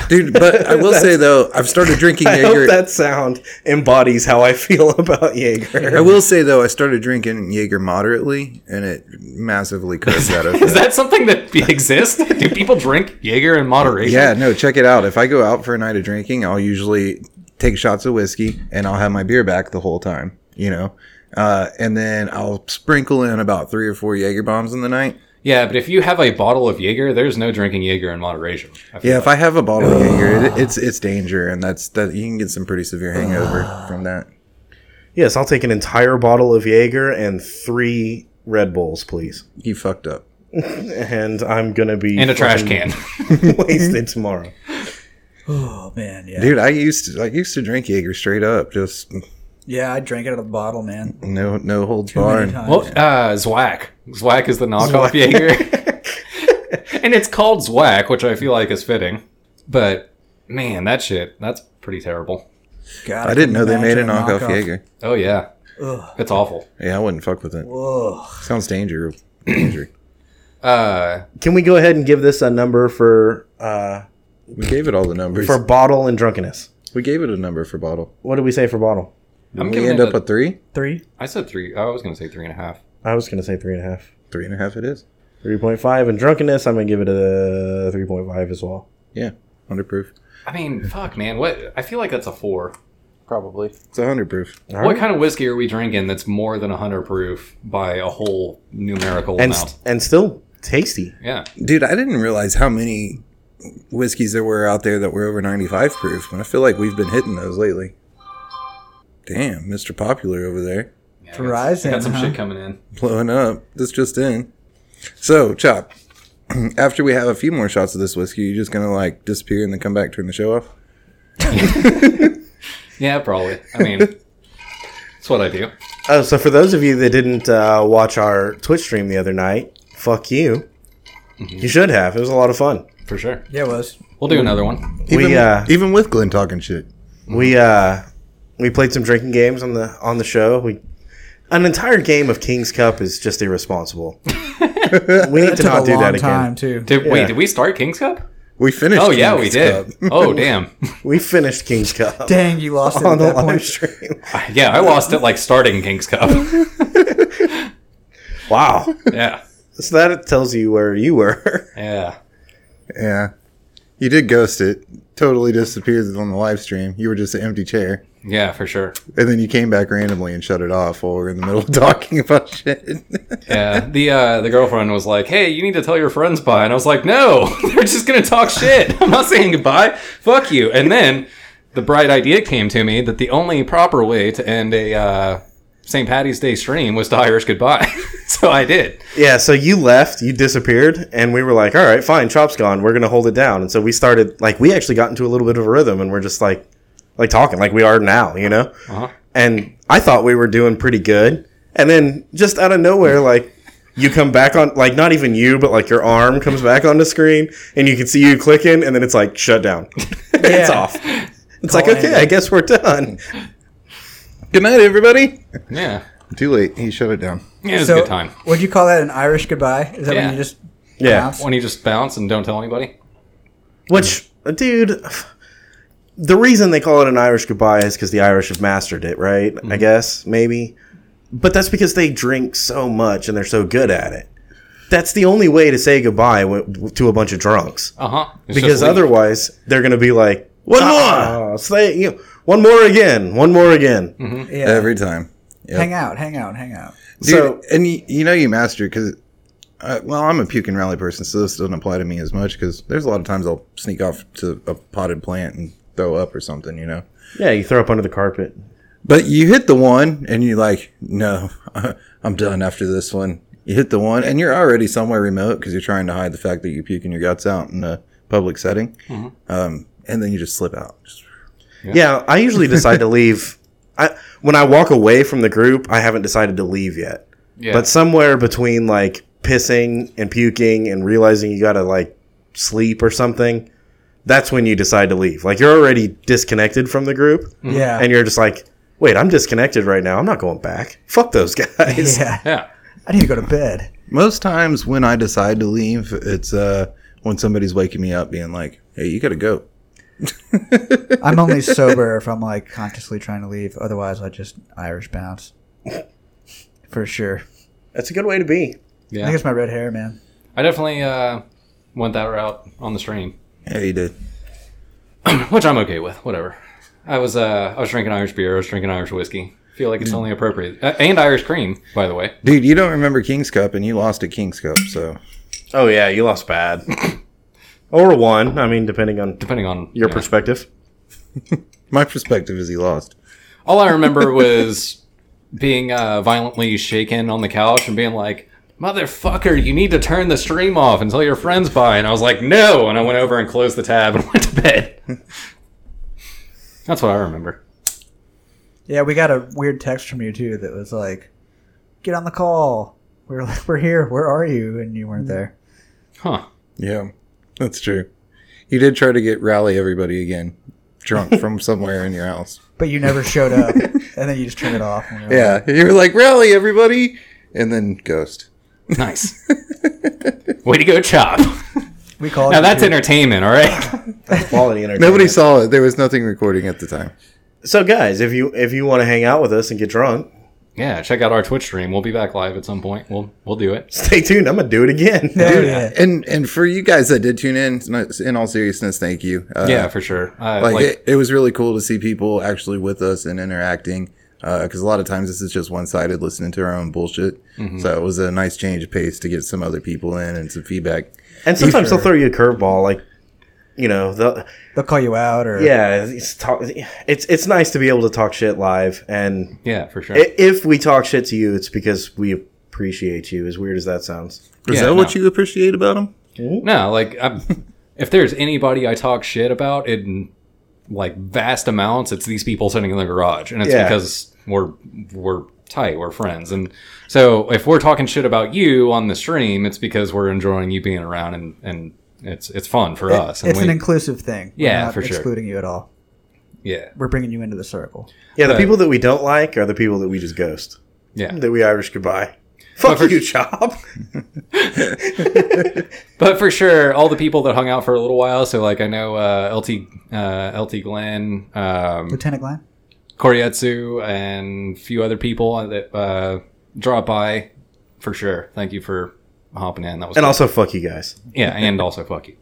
Speaker 2: Dude, but I will say though, I've started drinking
Speaker 4: I hope
Speaker 2: Jaeger.
Speaker 4: that sound embodies how I feel about Jaeger.
Speaker 2: I will say though, I started drinking Jaeger moderately, and it massively curbs that
Speaker 1: Is
Speaker 2: effect.
Speaker 1: that something that be- exists? Do people drink Jaeger in moderation?
Speaker 2: Yeah, no, check it out. If I go out for a night of drinking, I'll usually take shots of whiskey and I'll have my beer back the whole time, you know? Uh, and then I'll sprinkle in about three or four Jaeger bombs in the night.
Speaker 1: Yeah, but if you have a bottle of Jaeger, there's no drinking Jaeger in moderation. I feel
Speaker 2: Yeah,
Speaker 1: like.
Speaker 2: if I have a bottle of Jaeger, it, it's it's danger, and that's that you can get some pretty severe hangover from that.
Speaker 4: Yes, I'll take an entire bottle of Jaeger and three Red Bulls, please.
Speaker 2: You fucked up.
Speaker 4: And I'm going to be
Speaker 1: and a trash
Speaker 4: fucking
Speaker 1: can.
Speaker 4: wasted tomorrow.
Speaker 3: Oh man, yeah,
Speaker 2: Dude, I used to I used to drink Jaeger straight up, just
Speaker 3: yeah. I drank it out of the bottle, man.
Speaker 2: no no holds
Speaker 3: Too
Speaker 2: barred.
Speaker 3: many times.
Speaker 1: well, uh, Zwack. Zwack is the knockoff Jaeger. and it's called Zwack, which I feel like is fitting. But man, that shit, that's pretty terrible.
Speaker 3: God,
Speaker 2: I didn't know they made a
Speaker 3: imagine
Speaker 2: knockoff Jaeger.
Speaker 1: Oh yeah.
Speaker 3: Ugh.
Speaker 1: It's awful.
Speaker 2: Yeah, I wouldn't fuck with it.
Speaker 3: Whoa.
Speaker 2: Sounds danger. danger.
Speaker 1: Uh
Speaker 4: Can we go ahead and give this a number for uh,
Speaker 2: We gave it all the numbers.
Speaker 4: for bottle and drunkenness?
Speaker 2: we gave it a number for bottle.
Speaker 4: What did we say for bottle?
Speaker 2: Did
Speaker 1: I'm
Speaker 2: we
Speaker 1: giving
Speaker 2: end
Speaker 1: it
Speaker 2: up
Speaker 1: a-
Speaker 2: at three?
Speaker 3: Three.
Speaker 1: I said three I was gonna say three and a half.
Speaker 4: I was going to say three and a half.
Speaker 2: Three and a half it is.
Speaker 4: 3.5 and drunkenness i'm gonna give it a 3.5 as well
Speaker 2: Yeah. Hundred proof.
Speaker 1: I mean, fuck man, what I feel like that's a four.
Speaker 2: Probably. It's a hundred proof.
Speaker 4: All
Speaker 1: What
Speaker 4: right.
Speaker 1: kind of whiskey are we drinking that's more than hundred proof by a whole numerical
Speaker 4: and
Speaker 1: amount?
Speaker 4: and still tasty
Speaker 1: Yeah.
Speaker 2: Dude, I didn't realize how many whiskeys there were out there that were over ninety five proof, but I feel like we've been hitting those lately. Damn, Mr. Popular over there.
Speaker 1: yeah I got-
Speaker 3: Verizon,
Speaker 1: I got some
Speaker 3: huh?
Speaker 1: shit coming in.
Speaker 2: blowing up. This just in. So, Chop, after we have a few more shots of this whiskey, you're just gonna like disappear and then come back, turn the show off.
Speaker 1: Yeah, probably. I mean, that's what I do.
Speaker 4: oh so for those of you that didn't uh, watch our twitch stream the other night fuck you
Speaker 3: Mm-hmm.
Speaker 4: you should have it was a lot of fun
Speaker 1: For sure.
Speaker 3: Yeah, it was.
Speaker 1: We'll do another one.
Speaker 2: Even,
Speaker 4: we uh
Speaker 2: even with Glenn
Speaker 3: Mm-hmm.
Speaker 2: talking shit.
Speaker 4: we uh we played some drinking games on the on the show we an entire game of King's Cup is just irresponsible. we need to
Speaker 3: took
Speaker 4: not
Speaker 3: a
Speaker 4: do
Speaker 3: long
Speaker 4: that
Speaker 3: time
Speaker 4: again.
Speaker 3: too.
Speaker 1: Did
Speaker 4: Yeah.
Speaker 1: wait? Did we start King's Cup?
Speaker 2: We finished.
Speaker 1: Oh yeah, we
Speaker 2: King's
Speaker 1: did.
Speaker 2: Cup.
Speaker 1: Oh damn.
Speaker 4: We finished King's Cup
Speaker 3: Dang, you lost it at
Speaker 4: on the live
Speaker 3: that point.
Speaker 4: stream.
Speaker 1: Yeah, I lost it like starting King's Cup.
Speaker 4: Wow.
Speaker 1: yeah,
Speaker 4: so that tells you where you were.
Speaker 1: yeah.
Speaker 2: Yeah. You did ghost it. Totally disappeared on the live stream. You were just an empty chair.
Speaker 1: Yeah, for sure.
Speaker 2: And then you came back randomly and shut it off while we were in the middle of talking about shit.
Speaker 1: Yeah, the uh, the girlfriend was like, "Hey, you need to tell your friends bye," and I was like, "No, they're just gonna talk shit. I'm not saying goodbye. Fuck you." And then the bright idea came to me that the only proper way to end a uh, St. Patty's Day stream was to Irish goodbye. so I did.
Speaker 4: Yeah, so you left, you disappeared, and we were like, all right, fine, Chop's gone, we're gonna hold it down. And so we started like we actually got into a little bit of a rhythm and we're just like like talking like we are now, you know?
Speaker 1: Uh-huh.
Speaker 4: And I thought we were doing pretty good. And then just out of nowhere, like you come back on like not even you, but like your arm comes back on the screen and you can see you clicking and then it's like shut down. it's
Speaker 3: Yeah.
Speaker 4: off. It's like, okay, I guess we're done.
Speaker 2: Good night, everybody.
Speaker 1: Yeah,
Speaker 2: Too late. He shut it down.
Speaker 1: yeah it was
Speaker 3: So,
Speaker 1: a good time.
Speaker 3: Would you call that an Irish goodbye? Is that
Speaker 1: Yeah.
Speaker 3: when you just
Speaker 4: Yeah.
Speaker 3: bounce?
Speaker 1: When you just bounce and don't tell anybody.
Speaker 4: Which, dude, the reason they call it an Irish goodbye is because the Irish have mastered it, right? I guess, maybe. But that's because they drink so much and they're so good at it. That's the only way to say goodbye wi- to a bunch of drunks.
Speaker 1: Uh huh.
Speaker 4: Because otherwise, they're going to be like, one more! Mm. Say, you know, one more again, one more again.
Speaker 3: Yeah.
Speaker 2: Every time. Yep.
Speaker 3: Hang out, hang out, hang out.
Speaker 2: Dude,
Speaker 4: So-
Speaker 2: and you, you know you master because, uh, well, I'm a puke and rally person, so this doesn't apply to me as much because there's a lot of times I'll sneak off to a potted plant and throw up or something, you know.
Speaker 4: Yeah, you throw up under the carpet.
Speaker 2: But you hit the one and you're like, no, I'm done after this one. You hit the one and you're already somewhere remote because you're trying to hide the fact that you're puking your guts out in a public setting. Um, and then you just slip out. Just-
Speaker 4: Yeah, I usually decide to leave. I, when I walk away from the group, I haven't decided to leave yet.
Speaker 1: yeah.
Speaker 4: But somewhere between like pissing and puking and realizing you gotta like sleep or something, that's when you decide to leave. Like you're already disconnected from the group,
Speaker 1: Mm-hmm.
Speaker 3: Yeah.
Speaker 4: and you're just like, wait, I'm disconnected right now. I'm not going back. Fuck those guys.
Speaker 3: yeah.
Speaker 1: yeah.
Speaker 3: I need to go to bed.
Speaker 2: Most times when I decide to leave, it's uh, when somebody's waking me up being like, hey, you got to go.
Speaker 3: I'm only sober if I'm like consciously trying to leave. Otherwise, I just Irish bounce. For sure.
Speaker 4: That's a good way to be.
Speaker 3: I think
Speaker 1: Yeah.
Speaker 3: it's my red hair, man.
Speaker 1: I definitely uh, went that route on the stream.
Speaker 2: Yeah, you did.
Speaker 1: which I'm okay with. Whatever. I was uh, I was drinking Irish beer. I was drinking Irish whiskey. Feel like it's only appropriate. Uh, and Irish cream, by the way.
Speaker 2: Dude, you don't remember King's Cup and you lost at King's Cup, so.
Speaker 4: Oh yeah, you lost bad. or one. I mean, depending on
Speaker 1: Depending on
Speaker 4: your
Speaker 1: you know.
Speaker 4: perspective.
Speaker 2: My perspective is he lost.
Speaker 1: All I remember was being uh, violently shaken on the couch and being like, "Motherfucker, you need to turn the stream off until your friends by." And I was like, "No!" And I went over and closed the tab and went to bed. That's what I remember.
Speaker 3: Yeah, we got a weird text from you too that was like, "Get on the call. We're like, we're here. Where are you?" And you weren't there.
Speaker 1: Huh?
Speaker 2: Yeah, that's true. You did try to get rally everybody again, drunk from somewhere in your house.
Speaker 3: But you never showed up, and then you just turned it off. and we were like,
Speaker 2: Yeah, you were like rally everybody, and then ghost.
Speaker 1: Nice. Way to go, Chop.
Speaker 3: we called.
Speaker 1: Now
Speaker 3: you,
Speaker 1: that's
Speaker 3: too.
Speaker 1: entertainment, all right?
Speaker 4: Quality entertainment.
Speaker 2: Nobody saw it. There was nothing recording at the time.
Speaker 4: So guys, if you if you want to hang out with us and get drunk,
Speaker 1: Yeah, check out our Twitch stream. We'll be back live at some point. We'll we'll do it.
Speaker 4: stay tuned. I'm gonna do it again.
Speaker 3: Hell yeah.
Speaker 2: And and for you guys that did tune in, in all seriousness, thank you. Uh,
Speaker 1: Yeah, for sure. Uh,
Speaker 2: like,
Speaker 1: like,
Speaker 2: it, it was really cool to see people actually with us and interacting. Because a lot of times this is just one sided, listening to our own bullshit.
Speaker 1: Mm-hmm.
Speaker 2: So it was a nice change of pace to get some other people in and some feedback.
Speaker 4: And sometimes they'll throw you a curveball, like you know, they'll-
Speaker 3: They'll call you out, or
Speaker 4: yeah, it's talk, it's it's nice to be able to talk shit live. And
Speaker 1: yeah, for sure.
Speaker 4: i- if we talk shit to you, it's because we appreciate you. As weird as that sounds,
Speaker 2: Is
Speaker 1: Yeah,
Speaker 2: that what
Speaker 1: no.
Speaker 2: you appreciate about them?
Speaker 1: no, like I'm, if there's anybody I talk shit about in like vast amounts, it's these people sitting in the garage, and it's
Speaker 4: Yeah.
Speaker 1: because we're we're tight, we're friends, and so if we're talking shit about you on the stream, it's because we're enjoying you being around, and and it's it's fun for us. And
Speaker 3: it's
Speaker 1: we,
Speaker 3: an inclusive thing. We're
Speaker 1: Yeah,
Speaker 3: not
Speaker 1: for sure.
Speaker 3: excluding you at all.
Speaker 1: yeah,
Speaker 3: We're bringing you into the circle.
Speaker 4: yeah, the
Speaker 1: Right.
Speaker 4: people that we don't like are the people that we just ghost.
Speaker 1: Yeah.
Speaker 4: that we Irish could buy. Fuck
Speaker 1: for-
Speaker 4: you, Chop.
Speaker 1: But for sure, all the people that hung out for a little while. So like I know uh, LT uh, LT Glenn, um,
Speaker 3: Lieutenant Glenn.
Speaker 1: Koryatsu, and a few other people that uh, drop by for sure. Thank you for hopping in. That was
Speaker 4: And
Speaker 1: cool.
Speaker 4: also, fuck you guys.
Speaker 1: yeah, and also fuck you.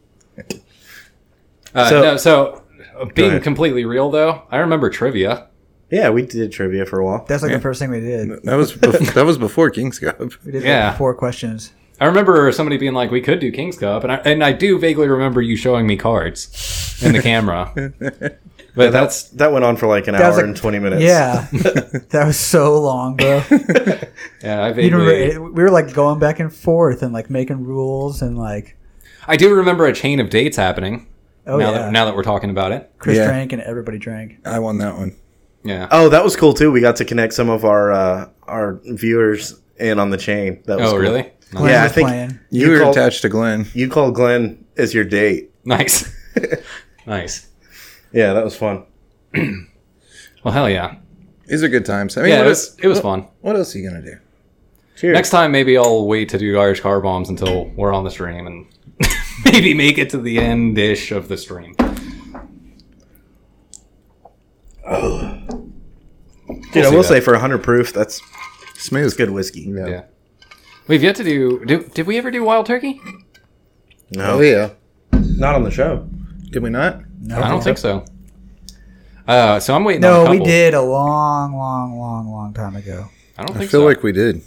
Speaker 1: Uh,
Speaker 4: So-
Speaker 1: no, so uh, being
Speaker 2: ahead.
Speaker 1: completely real though, I remember trivia.
Speaker 4: Yeah, we did trivia for a while.
Speaker 3: That's like the first thing we did.
Speaker 2: That was bef- that was before King's Cup.
Speaker 3: We did
Speaker 1: Yeah.
Speaker 3: like four questions.
Speaker 1: I remember somebody being like, "We could do King's Cup," and I and I do vaguely remember you showing me cards in the camera. But that's
Speaker 4: That went on for like an
Speaker 3: That
Speaker 4: hour
Speaker 3: was like-
Speaker 4: and 20 minutes.
Speaker 3: Yeah, that was so long, bro.
Speaker 1: yeah, I
Speaker 3: You
Speaker 1: vaguely.
Speaker 3: remember, it- we were like going back and forth and like making rules and like
Speaker 1: I do remember a chain of dates happening.
Speaker 3: oh
Speaker 1: now,
Speaker 3: yeah,
Speaker 1: that, now that we're talking about it,
Speaker 3: Chris
Speaker 2: Yeah.
Speaker 3: drank and everybody drank.
Speaker 2: I won that one.
Speaker 1: yeah.
Speaker 4: Oh, that was cool too. We got to connect some of our uh, our viewers in on the chain. That was
Speaker 1: Oh,
Speaker 4: cool.
Speaker 1: really? Nice.
Speaker 3: Glenn
Speaker 4: Yeah,
Speaker 3: was
Speaker 4: I think-
Speaker 3: playing.
Speaker 2: You,
Speaker 4: You
Speaker 2: were
Speaker 4: called-
Speaker 2: attached to Glenn.
Speaker 4: You called Glenn as your date.
Speaker 1: Nice. nice.
Speaker 4: Yeah, that was fun.
Speaker 1: Well, hell yeah.
Speaker 2: These are good times. I mean,
Speaker 1: Yeah,
Speaker 2: what,
Speaker 1: it was,
Speaker 2: else,
Speaker 1: it was fun.
Speaker 2: what else are you gonna do?
Speaker 4: Cheers.
Speaker 1: Next time, maybe I'll wait to do Irish car bombs until we're on the stream and maybe make it to the end ish of the stream.
Speaker 4: Dude, I
Speaker 1: We'll
Speaker 4: will
Speaker 1: see
Speaker 4: say for 100 proof, that's
Speaker 2: Smooth.
Speaker 4: it's good whiskey.
Speaker 2: Yeah.
Speaker 1: Yeah. We've yet to do. Did, did we ever do Wild Turkey?
Speaker 2: Oh
Speaker 4: No,
Speaker 2: yeah.
Speaker 4: not on the show.
Speaker 2: Did we not?
Speaker 3: No,
Speaker 1: I don't think so. Uh, so I'm waiting on a
Speaker 3: No,
Speaker 1: couple.
Speaker 3: we did a long, long, long, long time ago.
Speaker 1: I don't
Speaker 2: I,
Speaker 1: think
Speaker 2: feel
Speaker 1: so.
Speaker 2: like we did.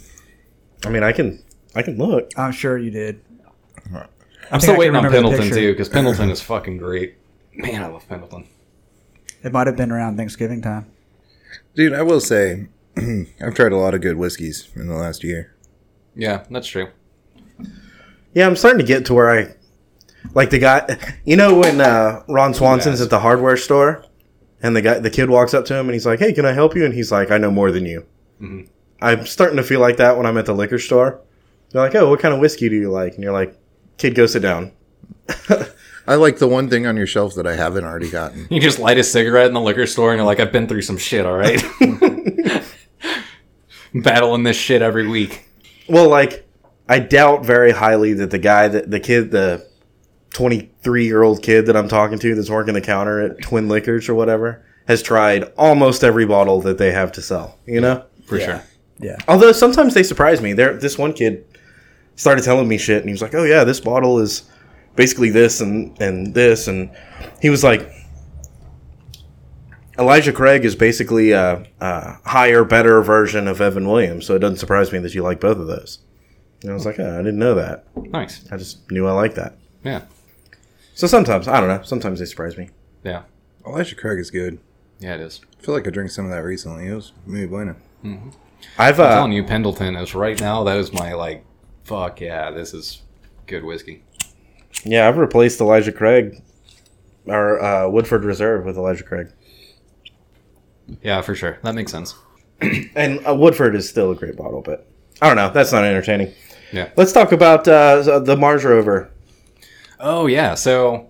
Speaker 4: I mean, I can I can look.
Speaker 3: I'm sure you did.
Speaker 1: I'm
Speaker 3: think I
Speaker 1: still
Speaker 3: can
Speaker 1: waiting on
Speaker 3: remember the
Speaker 1: Pendleton,
Speaker 3: picture.
Speaker 1: too, because Pendleton is fucking great. Man, I love Pendleton.
Speaker 3: It might have been around Thanksgiving time.
Speaker 2: Dude, I will say, I've tried a lot of good whiskeys in the last year.
Speaker 1: Yeah, that's true.
Speaker 4: Yeah, I'm starting to get to where I like the guy. You know when uh, Ron Swanson's at the hardware store, and the guy, the kid walks up to him and he's like, "Hey, can I help you?" And he's like, "I know more than you."
Speaker 1: Mm-hmm.
Speaker 4: I'm starting to feel like that when I'm at the liquor store. They're like, "Oh, what kind of whiskey do you like?" And you're like, "Kid, go sit down."
Speaker 2: I like the one thing on your shelf that I haven't already gotten.
Speaker 1: You just light a cigarette in the liquor store and you're like, I've been through some shit, all right? Battling this shit every week.
Speaker 4: Well, like I doubt very highly that the guy that the kid the 23 year old kid that I'm talking to that's working the counter at Twin Liquors or whatever has tried almost every bottle that they have to sell. You know.
Speaker 1: For
Speaker 3: Yeah.
Speaker 1: sure.
Speaker 4: Although sometimes they surprise me. There, this one kid started telling me shit, and he was like, "Oh yeah, this bottle is basically this and and this," and he was like, "Elijah Craig is basically a, a higher, better version of Evan Williams." So it doesn't surprise me that you like both of those. And I was like, oh, "I didn't know that.
Speaker 1: Nice.
Speaker 4: I just knew I liked that."
Speaker 1: Yeah.
Speaker 4: So sometimes I don't know. Sometimes they surprise me.
Speaker 1: Yeah.
Speaker 2: Elijah Craig is good.
Speaker 1: Yeah, it is.
Speaker 2: I feel like I drank some of that recently. It was muy bueno.
Speaker 4: I've
Speaker 1: I'm
Speaker 4: uh,
Speaker 1: telling you, Pendleton is right now, that is my, like, fuck yeah, this is good whiskey.
Speaker 4: yeah, I've replaced Elijah Craig or uh, Woodford Reserve with Elijah Craig,
Speaker 1: Yeah, for sure. That makes sense.
Speaker 4: and uh, Woodford is still a great bottle, but I don't know. That's not entertaining.
Speaker 1: Yeah.
Speaker 4: Let's talk about uh, the Mars rover.
Speaker 1: Oh, yeah. So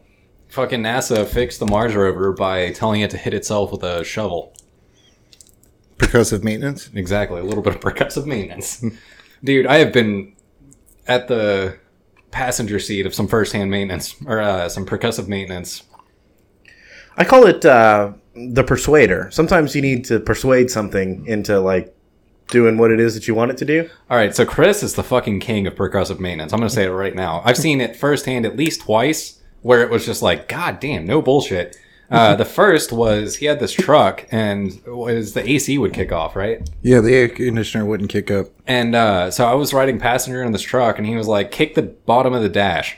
Speaker 1: fucking NASA fixed the Mars rover by telling it to hit itself with a shovel.
Speaker 2: Percussive maintenance.
Speaker 1: Exactly, a little bit of percussive maintenance. Dude, I have been at the passenger seat of some first-hand maintenance or uh, some percussive maintenance.
Speaker 4: I call it uh, the persuader. Sometimes you need to persuade something into like doing what it is that you want it to do.
Speaker 1: All right, so Chris is the fucking king of percussive maintenance. I'm going to say it right now. I've seen it firsthand at least twice where it was just like, God damn, no bullshit. Uh, the first was he had this truck and it was the AC would kick off, right?
Speaker 2: Yeah, the air conditioner wouldn't kick up.
Speaker 1: And uh, so I was riding passenger in this truck, and he was like, "Kick the bottom of the dash."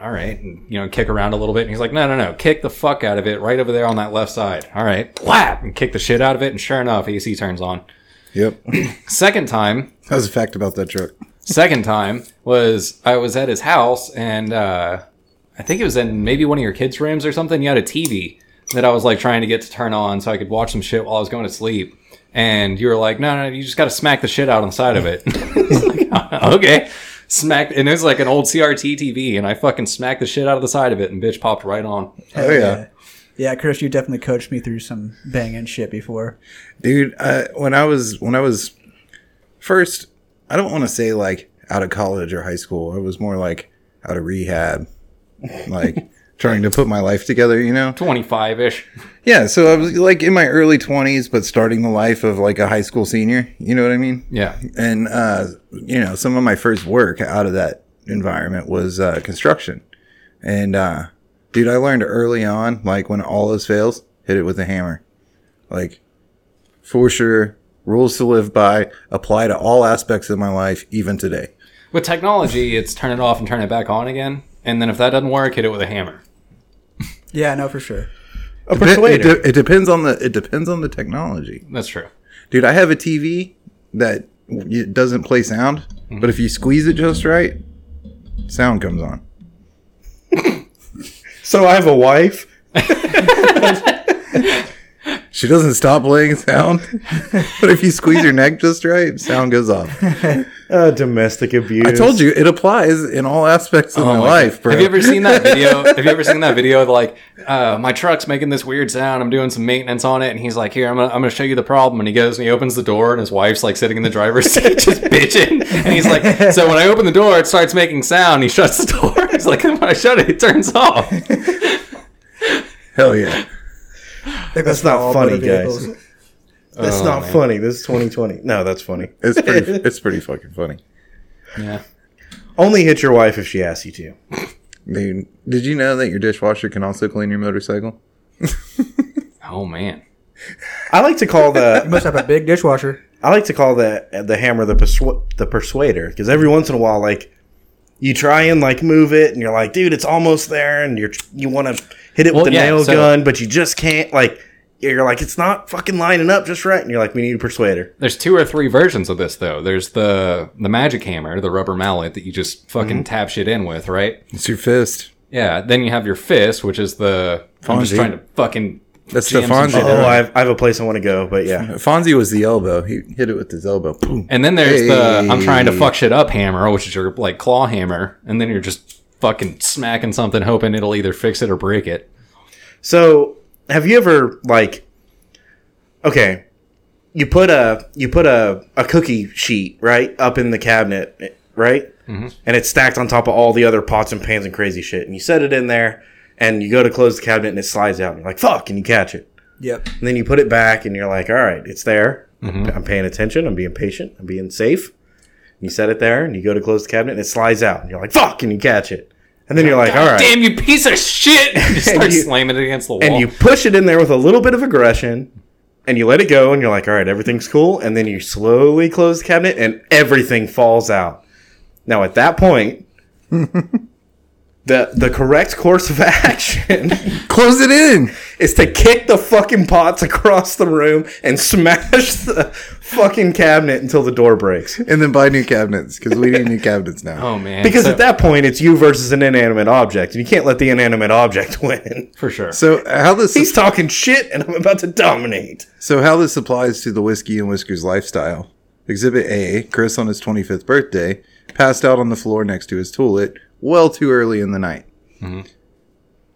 Speaker 1: All right, and, you know, kick around a little bit. And he's like, "No, no, no, kick the fuck out of it, right over there on that left side." All right, blap, and kick the shit out of it. And sure enough, AC turns on.
Speaker 2: Yep. that
Speaker 1: Second time,
Speaker 2: was a fact about that truck.
Speaker 1: second time was I was at his house, and uh, I think it was in maybe one of your kids' rooms or something. You had a TV that I was like trying to get to turn on so I could watch some shit while I was going to sleep. And you were like, no, no, you just got to smack the shit out on the side of it. It's like, okay. Smack, and it was like an old CRT TV, and I fucking smacked the shit out of the side of it, and bitch popped right on.
Speaker 2: Oh, yeah.
Speaker 3: yeah, Chris, you definitely coached me through some banging shit before.
Speaker 2: Dude, I, when I was when I was first, I don't want to say like out of college or high school. It was more like out of rehab, like trying to put my life together, you know?
Speaker 1: 25 ish.
Speaker 2: Yeah. So I was like in my early 20s, but starting the life of like a high school senior. You know what I mean?
Speaker 1: Yeah.
Speaker 2: And, uh, you know, some of my first work out of that environment was uh, construction. And, uh, dude, I learned early on, like when all else fails, hit it with a hammer. Like, for sure, rules to live by apply to all aspects of my life, even today.
Speaker 1: With technology, it's turn it off and turn it back on again. And then if that doesn't work, hit it with a hammer.
Speaker 3: Yeah, no, for sure.
Speaker 4: A
Speaker 2: Depe- It,
Speaker 4: persuader.
Speaker 2: de- it depends on the it depends on the technology,
Speaker 1: That's true.
Speaker 2: dude. I have a TV that w- it doesn't play sound, but if you squeeze it just right, sound comes on.
Speaker 4: So I have a wife.
Speaker 2: She doesn't stop playing sound, but if you squeeze your neck just right, sound goes off.
Speaker 4: Uh, domestic abuse.
Speaker 2: I told you it applies in all aspects of Oh my, life, bro.
Speaker 1: Have you ever seen that video? Have you ever seen that video of like, uh, my truck's making this weird sound. I'm doing some maintenance on it, and he's like, "Here, I'm gonna, I'm gonna show you the problem." And he goes and he opens the door, and his wife's like sitting in the driver's seat, just bitching. And he's like, "So when I open the door, it starts making sound." He shuts the door. He's like, "When I shut it, it turns off."
Speaker 2: Hell yeah.
Speaker 4: That's not funny, guys.
Speaker 3: vehicles.
Speaker 4: That's
Speaker 2: Oh,
Speaker 4: not funny. This is 2020. No, that's funny.
Speaker 2: It's pretty, it's pretty fucking funny.
Speaker 1: Yeah.
Speaker 4: Only hit your wife if she asks you to.
Speaker 2: Dude, did you know that your dishwasher can also clean your motorcycle?
Speaker 1: Oh man.
Speaker 4: I like to call the
Speaker 3: You must have a big dishwasher.
Speaker 4: I like to call that the hammer the persu- the persuader because every once in a while, like you try and like move it, and you're like, dude, it's almost there, and you're you want to hit it
Speaker 1: Well,
Speaker 4: with the
Speaker 1: yeah,
Speaker 4: nail
Speaker 1: so-
Speaker 4: gun, but you just can't. Like you're like, it's not fucking lining up just right, and you're like, we need a persuader.
Speaker 1: There's two or three versions of this though. There's the the magic hammer, the rubber mallet that you just
Speaker 2: Mm-hmm.
Speaker 1: fucking tap shit in with, right?
Speaker 2: It's your fist.
Speaker 1: Yeah. Then you have your fist, which is the I'm just
Speaker 2: Fonzie.
Speaker 1: trying to fucking
Speaker 2: That's the
Speaker 1: jam some
Speaker 2: Fonzie.
Speaker 1: shit
Speaker 4: Oh,
Speaker 2: Yeah.
Speaker 4: I've, I have a place I want to go, but yeah,
Speaker 2: Fonzie was the elbow. He hit it with his elbow. Boom.
Speaker 1: And then there's the I'm trying to
Speaker 2: Hey.
Speaker 1: fuck shit up hammer, which is your like claw hammer, and then you're just fucking smacking something hoping it'll either fix it or break it.
Speaker 4: So, have you ever like okay, you put a you put a, a cookie sheet, right, up in the cabinet, right? And it's stacked on top of all the other pots and pans and crazy shit. And you set it in there and you go to close the cabinet and it slides out and you're like, "Fuck," and you catch it.
Speaker 3: Yep.
Speaker 4: And then you put it back and you're like, "All right, it's there. I'm paying attention, I'm being patient, I'm being safe." And you set it there and you go to close the cabinet and it slides out and you're like, "Fuck," and you catch it. And then you're like, "All right."
Speaker 1: Damn you piece of shit! You just
Speaker 4: And
Speaker 1: start
Speaker 4: you-
Speaker 1: slamming it against the wall.
Speaker 4: and you push it in there with a little bit of aggression and you let it go and you're like all right everything's cool and then you slowly close the cabinet and everything falls out now at that point the the correct course of action
Speaker 2: Close it in.
Speaker 4: is to kick the fucking pots across the room and smash the fucking cabinet until the door breaks
Speaker 2: And then buy new cabinets because we need new cabinets now.
Speaker 1: oh man,
Speaker 4: because
Speaker 1: So-
Speaker 4: at that point it's you versus an inanimate object and you can't let the inanimate object win
Speaker 1: for sure.
Speaker 2: So how this
Speaker 4: he's talking shit and i'm about to dominate
Speaker 2: so how this applies to the whiskey and whiskers lifestyle? Exhibit A: Chris on his 25th birthday passed out on the floor next to his toilet well too early in the night.
Speaker 4: Mm-hmm.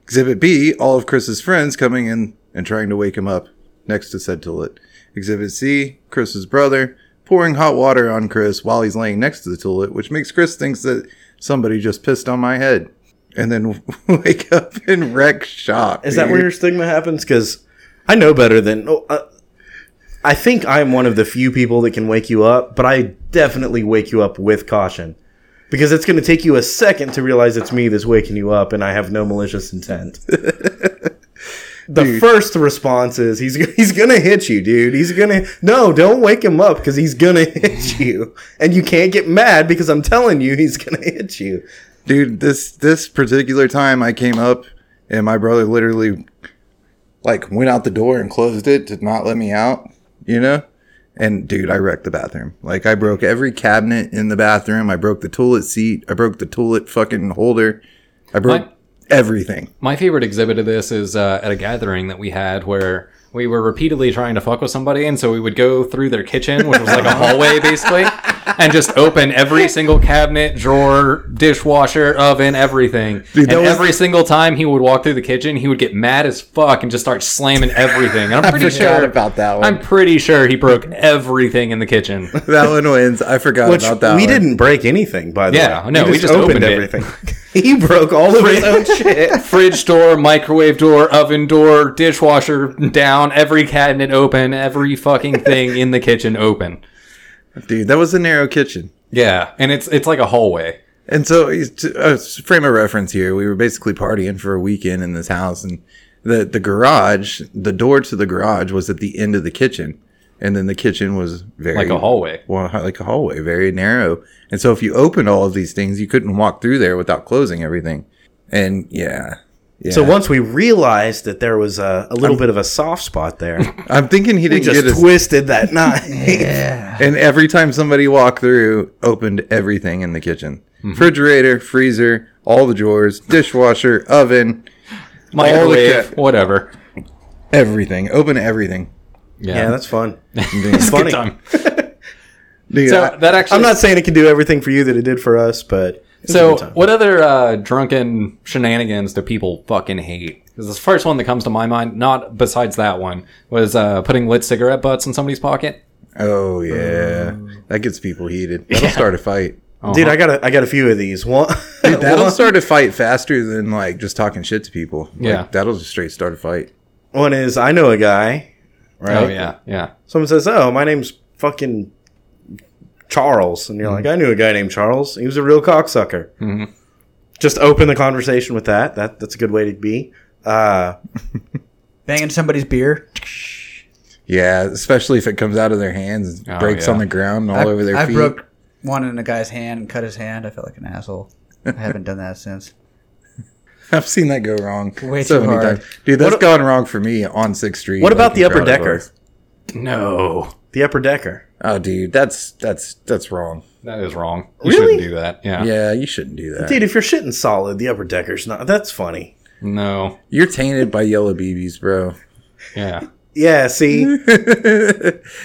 Speaker 2: Exhibit B: All of Chris's friends coming in and trying to wake him up next to said toilet. Exhibit C: Chris's brother pouring hot water on Chris while he's laying next to the toilet, which makes Chris thinks that somebody just pissed on my head, and then wake up in wreck shop.
Speaker 4: Is that
Speaker 2: dude.
Speaker 4: where your stigma happens? Because I know better than. oh, uh, I think I'm one of the few people that can wake you up, but I definitely wake you up with caution because it's going to take you a second to realize it's me that's waking you up, and I have no malicious intent. The first response is he's he's gonna hit you, dude. He's gonna no, don't wake him up because he's gonna hit you, and you can't get mad because I'm telling you he's gonna hit you.
Speaker 2: dude this this particular time i came up and my brother literally like went out the door and closed it to not let me out you know and dude i wrecked the bathroom like i broke every cabinet in the bathroom i broke the toilet seat i broke the toilet fucking holder i broke
Speaker 1: What?
Speaker 2: everything
Speaker 1: My favorite exhibit of this is uh, at a gathering that we had where we were repeatedly trying to fuck with somebody, and so we would go through their kitchen, which was like a hallway basically, and just open every single cabinet, drawer, dishwasher, oven, everything.
Speaker 2: Dude, that
Speaker 1: and
Speaker 2: was-
Speaker 1: every single time he would walk through the kitchen, he would get mad as fuck and just start slamming everything. And I'm pretty
Speaker 2: forgot
Speaker 1: sure
Speaker 2: about that one.
Speaker 1: I'm pretty sure he broke everything in the kitchen.
Speaker 2: that one wins. I forgot
Speaker 4: Which
Speaker 2: about that.
Speaker 4: we
Speaker 2: one.
Speaker 4: didn't break anything, by the
Speaker 1: Yeah,
Speaker 4: way.
Speaker 1: no, we just opened it.
Speaker 4: everything. he broke all of his own shit.
Speaker 1: Fridge door, microwave door, oven door, dishwasher down, every cabinet open, every fucking thing in the kitchen open.
Speaker 2: Dude, that was a narrow kitchen.
Speaker 1: Yeah, and it's it's like a hallway.
Speaker 2: And so, he's- to uh, frame of reference here, we were basically partying for a weekend in this house, and the the garage, the door to the garage was at the end of the kitchen, and then the kitchen was very
Speaker 1: Like
Speaker 4: Mm.
Speaker 1: a hallway.
Speaker 2: well, hi- like a hallway, very narrow. And so, if you opened all of these things, you couldn't walk through there without closing everything. And yeah, yeah.
Speaker 4: So once we realized that there was a, a little bit of a soft spot there,
Speaker 2: I'm thinking he
Speaker 4: we
Speaker 2: didn't get
Speaker 4: just
Speaker 2: his.
Speaker 4: twisted that knife.
Speaker 2: and every time somebody walked through, opened everything in the kitchen.
Speaker 1: Mm-hmm.
Speaker 2: Refrigerator, freezer, all the drawers, dishwasher, oven,
Speaker 1: Microwave,
Speaker 2: ca-
Speaker 1: whatever.
Speaker 2: everything. Open everything.
Speaker 4: yeah, that's fun.
Speaker 2: Dude,
Speaker 4: It's funny.
Speaker 1: time.
Speaker 2: Dude,
Speaker 1: So
Speaker 2: I-
Speaker 1: that actually
Speaker 4: I'm not saying it can do everything for you that it did for us, but it's a
Speaker 1: So,
Speaker 4: good time.
Speaker 1: what other uh, drunken shenanigans do people fucking hate? 'Cause the first one that comes to my mind, not besides that one, was uh, putting lit cigarette butts in somebody's pocket.
Speaker 2: oh yeah,
Speaker 4: Uh,
Speaker 2: that gets people heated. That'll start a fight.
Speaker 1: uh-huh.
Speaker 4: dude, I got a, I got a few of these. One,
Speaker 2: That'll start a fight faster than like just talking shit to people. Like,
Speaker 1: Yeah.
Speaker 2: that'll just straight start a fight.
Speaker 4: one is I know a guy. Right?
Speaker 1: Oh yeah, yeah.
Speaker 4: Someone says, "Oh, my name's fucking Charles," and you're like, "I knew a guy named Charles. He was a real cocksucker."
Speaker 1: Mhm.
Speaker 4: Just open the conversation with that. That that's a good way to be. Uh,
Speaker 3: Banging somebody's beer.
Speaker 2: Yeah, especially if it comes out of their hands and
Speaker 1: Oh,
Speaker 2: breaks
Speaker 1: yeah.
Speaker 2: on the ground and
Speaker 3: I,
Speaker 2: all over their
Speaker 3: I
Speaker 2: feet.
Speaker 3: broke one in a guy's hand and cut his hand. I felt like an asshole. I haven't done that since.
Speaker 2: I've seen that go wrong
Speaker 3: Way
Speaker 2: so
Speaker 3: too
Speaker 2: many
Speaker 3: hard.
Speaker 2: times, dude. That's
Speaker 4: What a-
Speaker 2: gone wrong for me on Sixth Street.
Speaker 4: what
Speaker 2: like,
Speaker 4: about
Speaker 2: in
Speaker 4: the upper
Speaker 2: crowded
Speaker 4: decker?
Speaker 2: bars.
Speaker 1: No,
Speaker 4: The upper decker.
Speaker 2: Oh, dude, that's that's that's wrong.
Speaker 1: that is wrong. You
Speaker 4: Really?
Speaker 1: shouldn't do that. Yeah.
Speaker 2: Yeah, you shouldn't do that.
Speaker 4: Dude, if you're shitting solid, the upper decker's not. That's funny.
Speaker 1: No.
Speaker 2: You're tainted by yellow BBs, bro.
Speaker 1: Yeah.
Speaker 4: Yeah, see,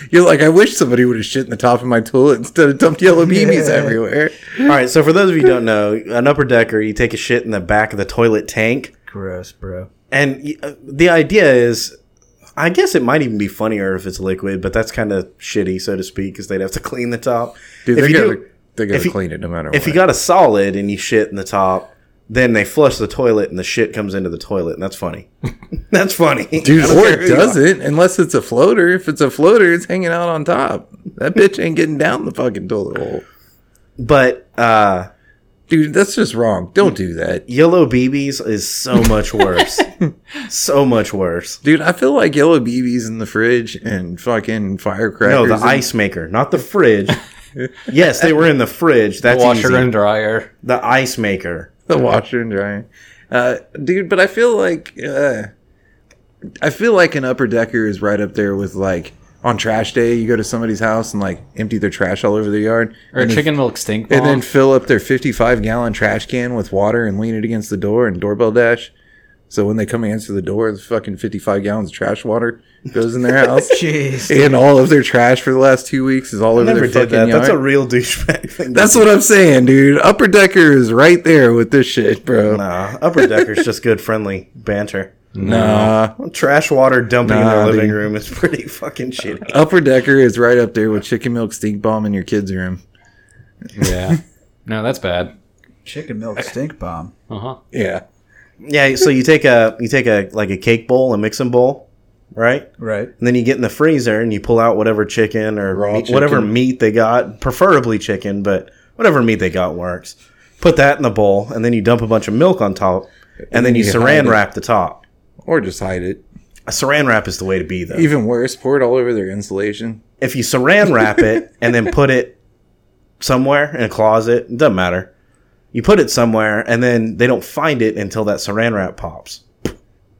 Speaker 2: You're like, I wish somebody would have shit in the top of my toilet instead of dumped yellow BBs
Speaker 3: Yeah.
Speaker 2: everywhere.
Speaker 4: all right. So for those of you who don't know, an upper decker, you take a shit in the back of the toilet tank,
Speaker 3: Gross, bro.
Speaker 4: And y- uh, the idea is, I guess it might even be funnier if it's liquid, but that's kind of shitty, so to speak, because they'd have to clean the top.
Speaker 2: Dude,
Speaker 4: if
Speaker 2: they
Speaker 4: you
Speaker 2: gotta,
Speaker 4: do,
Speaker 2: they gotta
Speaker 4: if you-
Speaker 2: clean it no matter
Speaker 4: if
Speaker 2: what.
Speaker 4: you got a solid and you shit in the top, then they flush the toilet and the shit comes into the toilet, and that's funny. that's funny,
Speaker 2: Dude, or it doesn't, unless it's a floater. If it's a floater, it's hanging out on top. That bitch ain't getting down the fucking toilet hole.
Speaker 4: But uh,
Speaker 2: Dude, that's just wrong. Don't do that.
Speaker 4: yellow BBs is so much worse, so much worse.
Speaker 2: Dude, I feel like yellow BBs in the fridge and fucking firecrackers.
Speaker 4: No, the
Speaker 2: and-
Speaker 4: ice maker, not the fridge. yes, they were in the fridge. That's
Speaker 1: Washer
Speaker 4: easy.
Speaker 1: and dryer.
Speaker 4: the ice maker.
Speaker 2: the washer and dryer. Uh, dude, but I feel like uh, I feel like an upper decker is right up there with like on trash day, you go to somebody's house and like empty their trash all over the yard,
Speaker 1: Or
Speaker 2: and,
Speaker 1: chicken milk stink bomb.
Speaker 2: then, and then fill up their fifty-five gallon trash can with water and lean it against the door and doorbell dash. So when they come answer the door, the fucking fifty-five gallons of trash water goes in their house.
Speaker 3: Jeez.
Speaker 2: And all of their trash for the last two weeks is all over
Speaker 4: Never
Speaker 2: their
Speaker 4: did
Speaker 2: fucking
Speaker 4: that.
Speaker 2: yard.
Speaker 4: That's a real douchebag thing.
Speaker 2: That's what I'm saying, dude. Upper decker is right there with this shit, bro.
Speaker 4: Nah, upper decker's just good friendly banter.
Speaker 2: Nah.
Speaker 4: Trash water dumping in their
Speaker 2: Nah,
Speaker 4: living
Speaker 2: dude.
Speaker 4: room is pretty fucking shitty.
Speaker 2: Upper Decker is right up there with chicken milk stink bomb in your kid's room.
Speaker 1: yeah. No, that's bad.
Speaker 3: Chicken milk stink bomb.
Speaker 1: Uh huh.
Speaker 2: Yeah.
Speaker 4: Yeah, so you take a you take a like a cake bowl, a mixing bowl, right?
Speaker 3: Right.
Speaker 4: And then you get in the freezer and you pull out whatever chicken or
Speaker 2: Raw
Speaker 4: meat, whatever
Speaker 2: chicken.
Speaker 4: meat they got, preferably chicken, but whatever meat they got works. Put that in the bowl, and then you dump a bunch of milk on top, and, then you,
Speaker 2: you hide
Speaker 4: saran
Speaker 2: it.
Speaker 4: wrap the top.
Speaker 2: Or just hide it.
Speaker 4: A saran wrap is the way to be, though.
Speaker 2: Even worse, pour it all over their insulation.
Speaker 4: if you saran wrap it and then put it somewhere in a closet, it doesn't matter. You put it somewhere and then they don't find it until that saran wrap pops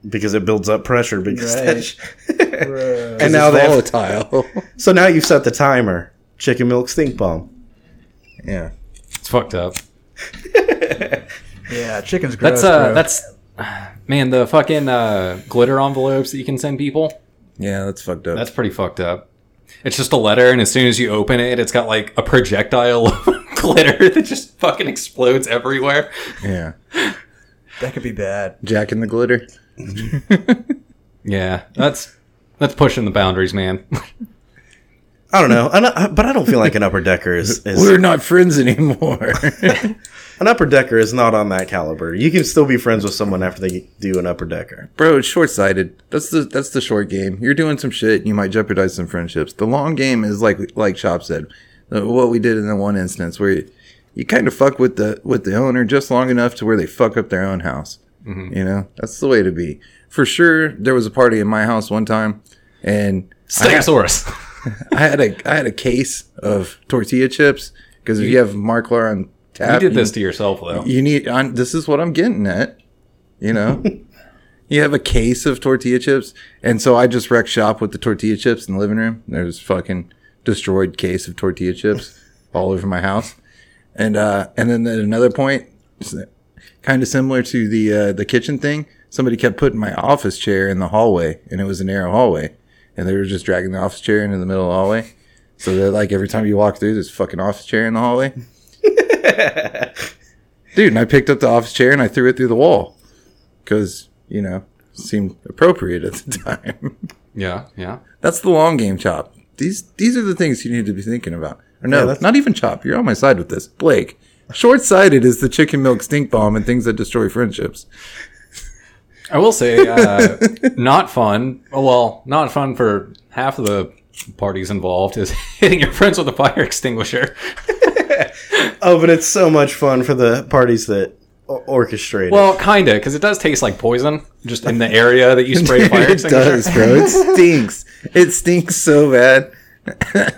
Speaker 4: because it builds up pressure. Because that
Speaker 3: Right.
Speaker 4: sh-
Speaker 3: Gross.
Speaker 4: and now
Speaker 2: Now
Speaker 4: they
Speaker 2: it's volatile.
Speaker 4: so now you've set the timer. Chicken milk stink bomb.
Speaker 2: yeah.
Speaker 1: It's fucked up.
Speaker 3: Yeah, chicken's gross.
Speaker 1: That's uh.
Speaker 3: bro.
Speaker 1: That's man. The fucking uh, glitter envelopes that you can send people.
Speaker 2: Yeah, that's fucked up.
Speaker 1: That's pretty fucked up. It's just a letter, and as soon as you open it, it's got like a projectile of glitter that just fucking explodes everywhere.
Speaker 2: Yeah.
Speaker 3: That could be bad.
Speaker 2: Jack in the glitter.
Speaker 1: Yeah, that's that's pushing the boundaries, man.
Speaker 4: I don't know, I don't- I- but I don't feel like an upper decker is, is
Speaker 2: We're not friends anymore.
Speaker 4: an upper decker is not on that caliber. You can still be friends with someone after they do an upper decker.
Speaker 2: Bro, it's short sighted. That's the that's the short game. You're doing some shit, you might jeopardize some friendships. The long game is like like Chop said. uh, What we did in the one instance where you, you kind of fuck with the with the owner just long enough to where they fuck up their own house.
Speaker 1: Mm-hmm.
Speaker 2: You know? That's the way to be. For sure, there was a party in my house one time and I had-
Speaker 1: Stegosaurus.
Speaker 2: I had a I had a case of tortilla chips because if you have Marklar on
Speaker 1: you
Speaker 2: tap,
Speaker 1: did this to yourself, though.
Speaker 2: You need. I'm, this is what I'm getting at. You know, you have a case of tortilla chips, and so I just wrecked shop with the tortilla chips in the living room. There's fucking destroyed case of tortilla chips all over my house, and uh, and then at another point, kind of similar to the uh, the kitchen thing, somebody kept putting my office chair in the hallway, and it was a narrow hallway, and they were just dragging the office chair into the middle of the hallway. So that like every time you walk through, there's fucking office chair in the hallway. Dude, and I picked up the office chair and I threw it through the wall because you know seemed appropriate at the time.
Speaker 1: Yeah, yeah.
Speaker 2: that's the long game, chop. These these are the things you need to be thinking about. Or no,
Speaker 4: Yeah, that's-
Speaker 2: not even chop. You're on my side with this, Blake. Short sighted is the chicken milk stink bomb and things that destroy friendships.
Speaker 1: I will say, uh, not fun. oh, Well, not fun for half of the parties involved is hitting your friends with a fire extinguisher.
Speaker 4: Oh, but it's so much fun for the parties that o- orchestrate. it.
Speaker 1: Well, kinda, because it does taste like poison just in the area that you spray fire
Speaker 2: it
Speaker 1: extinguisher.
Speaker 2: does, bro. It stinks. it stinks so bad.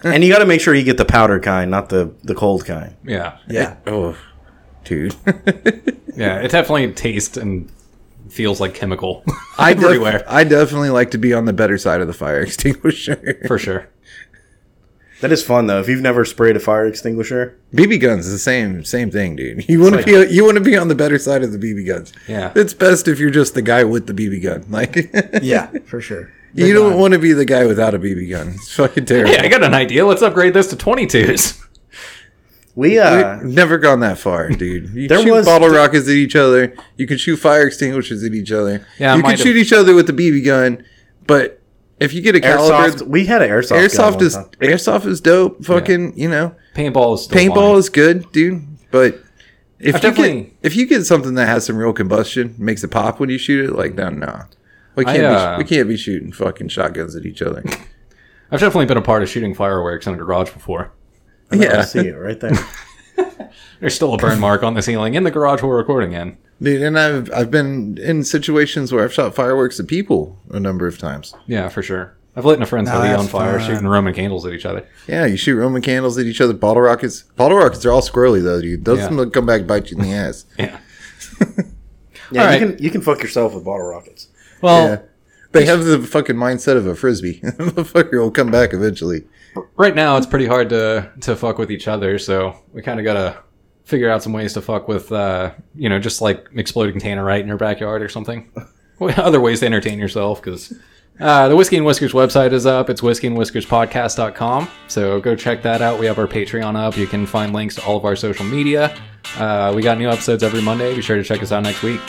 Speaker 4: and you got to make sure you get the powder kind, not the the cold kind.
Speaker 1: Yeah,
Speaker 3: Yeah.
Speaker 2: Oh, dude.
Speaker 1: yeah. It definitely tastes and feels like chemical
Speaker 2: I def-
Speaker 1: everywhere
Speaker 2: I definitely like to be on the better side of the fire extinguisher.
Speaker 1: for sure.
Speaker 4: That is fun though. If you've never sprayed a fire extinguisher,
Speaker 2: BB guns is the same same thing, dude. You want to be you want to be on the better side of the BB guns.
Speaker 1: Yeah.
Speaker 2: it's best if you're just the guy with the BB gun. Like,
Speaker 3: Yeah, for sure.
Speaker 2: you don't want to be the guy without a BB gun. It's fucking terrible.
Speaker 1: Hey, I got an idea. Let's upgrade this to 22s.
Speaker 4: we uh,
Speaker 2: We've never gone that far, dude. You
Speaker 4: There
Speaker 2: shoot
Speaker 4: was-
Speaker 2: bottle rockets at each other. You can shoot fire extinguishers at each other.
Speaker 1: Yeah, I
Speaker 2: you can
Speaker 1: might have-
Speaker 2: shoot each other with the BB gun. But if you get a
Speaker 4: airsoft.
Speaker 2: caliber,
Speaker 4: We had an airsoft. gun
Speaker 2: airsoft
Speaker 4: one
Speaker 2: is
Speaker 4: time.
Speaker 2: airsoft is dope. Fucking, you know,
Speaker 1: Paintball is still
Speaker 2: paintball
Speaker 1: fine.
Speaker 2: is good, dude. But if
Speaker 1: I've
Speaker 2: you
Speaker 1: definitely-
Speaker 2: get if you get something that has some real combustion, makes it pop when you shoot it, like no, no, we
Speaker 1: I,
Speaker 2: can't
Speaker 1: uh,
Speaker 2: be, we can't be shooting fucking shotguns at each other.
Speaker 1: I've definitely been a part of shooting fireworks in a garage before.
Speaker 4: I
Speaker 2: yeah,
Speaker 4: see it right there.
Speaker 1: There's still a burn mark on the ceiling in the garage we're recording in.
Speaker 2: dude. And I've I've been in situations where I've shot fireworks at people a number of times.
Speaker 1: Yeah, for sure. I've lit a friend's
Speaker 3: Nah,
Speaker 1: hoodie
Speaker 3: that's
Speaker 1: on fire,
Speaker 3: fun.
Speaker 1: shooting Roman candles at each other.
Speaker 2: Yeah, you shoot Roman candles at each other. Bottle rockets. Bottle rockets are all squirrely though, dude. Those
Speaker 1: Yeah.
Speaker 2: will come back and bite you in the ass.
Speaker 1: Yeah.
Speaker 4: Yeah,
Speaker 1: All right.
Speaker 4: you can you can fuck yourself with bottle rockets.
Speaker 1: Well,
Speaker 2: Yeah. They have the fucking mindset of a frisbee. Motherfucker will come back eventually.
Speaker 1: right now it's pretty hard to to fuck with each other, so we kind of gotta figure out some ways to fuck with, uh, you know, just like exploding tannerite in your backyard or something. Other ways to entertain yourself, because uh, the Whiskey and Whiskers website is up. It's whiskeyandwhiskerspodcast.com. So go check that out. We have our Patreon up. You can find links to all of our social media. Uh, we got new episodes every Monday. Be sure to check us out next week.